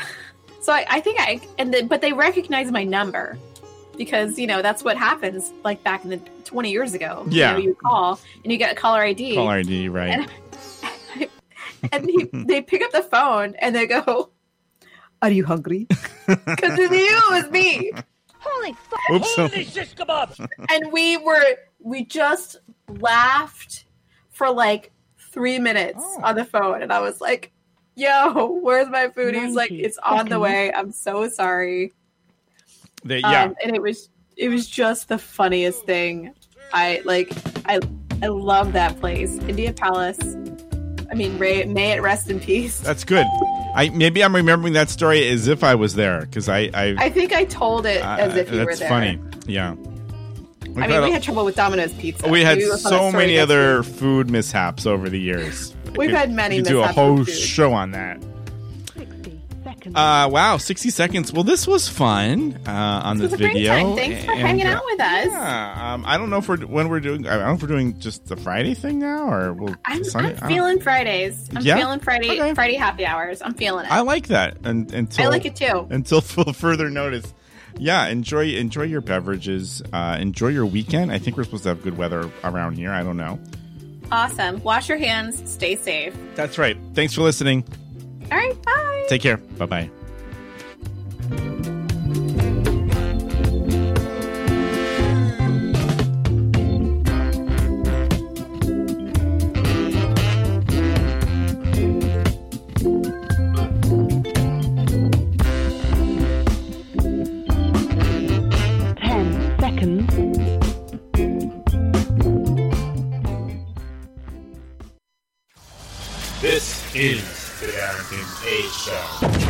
B: "So I, I think I." And the, but they recognized my number because you know that's what happens like back in the twenty years ago.
A: Yeah.
B: you, know, you call and you get a caller ID
A: Call ID, right?
B: and he, they pick up the phone and they go, "Are you hungry?" Because it's you, it's me,
E: Holy fuck.
A: Oops.
B: and we were we just laughed for like three minutes
A: Oh.
B: on the phone, and I was like, "Yo, where's my food?" He's like,
J: Ninety
B: "It's on the
J: seconds.
B: way. I'm so sorry."
A: They-
B: Um,
A: yeah.
B: and it was it was just the funniest thing. I like I I love that place, India Palace. I mean, Ray, may it rest in peace.
A: That's good. I maybe I'm remembering that story as if I was there because I I,
B: I think I told it
A: I-
B: as if you
A: uh, that's
B: were there.
A: funny. Yeah. We've
B: I mean, we had trouble with Domino's Pizza.
A: we had
B: Maybe we'll tell that
A: so
B: story
A: many
B: next
A: other food mishaps over the years.
B: We've
A: Could-
B: had many
A: we could do a
B: mishaps
A: whole
B: with food.
A: show on that. Uh, wow, 60 seconds. Well, this was fun uh, on
B: week.
A: this,
B: It was a great
A: video.
B: time. Thanks for
A: And,
B: hanging
A: uh,
B: out with us.
A: Yeah, um, I don't know if we're when we're doing. I don't know if we're doing just the Friday thing now, or we'll
B: I'm,
A: Sunday. I
B: I'm
A: don't-
B: feeling Fridays. I'm
A: Yeah?
B: feeling Friday
A: Okay.
B: Friday happy hours. I'm feeling it.
A: I
B: I,
A: like that, and until
B: like it too.
A: until f- further notice. Yeah, enjoy enjoy your beverages. Uh, enjoy your weekend. I think we're supposed to have good weather around here. I don't know.
B: Awesome. Wash your hands. Stay safe.
A: That's right. Thanks for listening.
B: All right. Bye.
A: Take care. Bye bye. Show.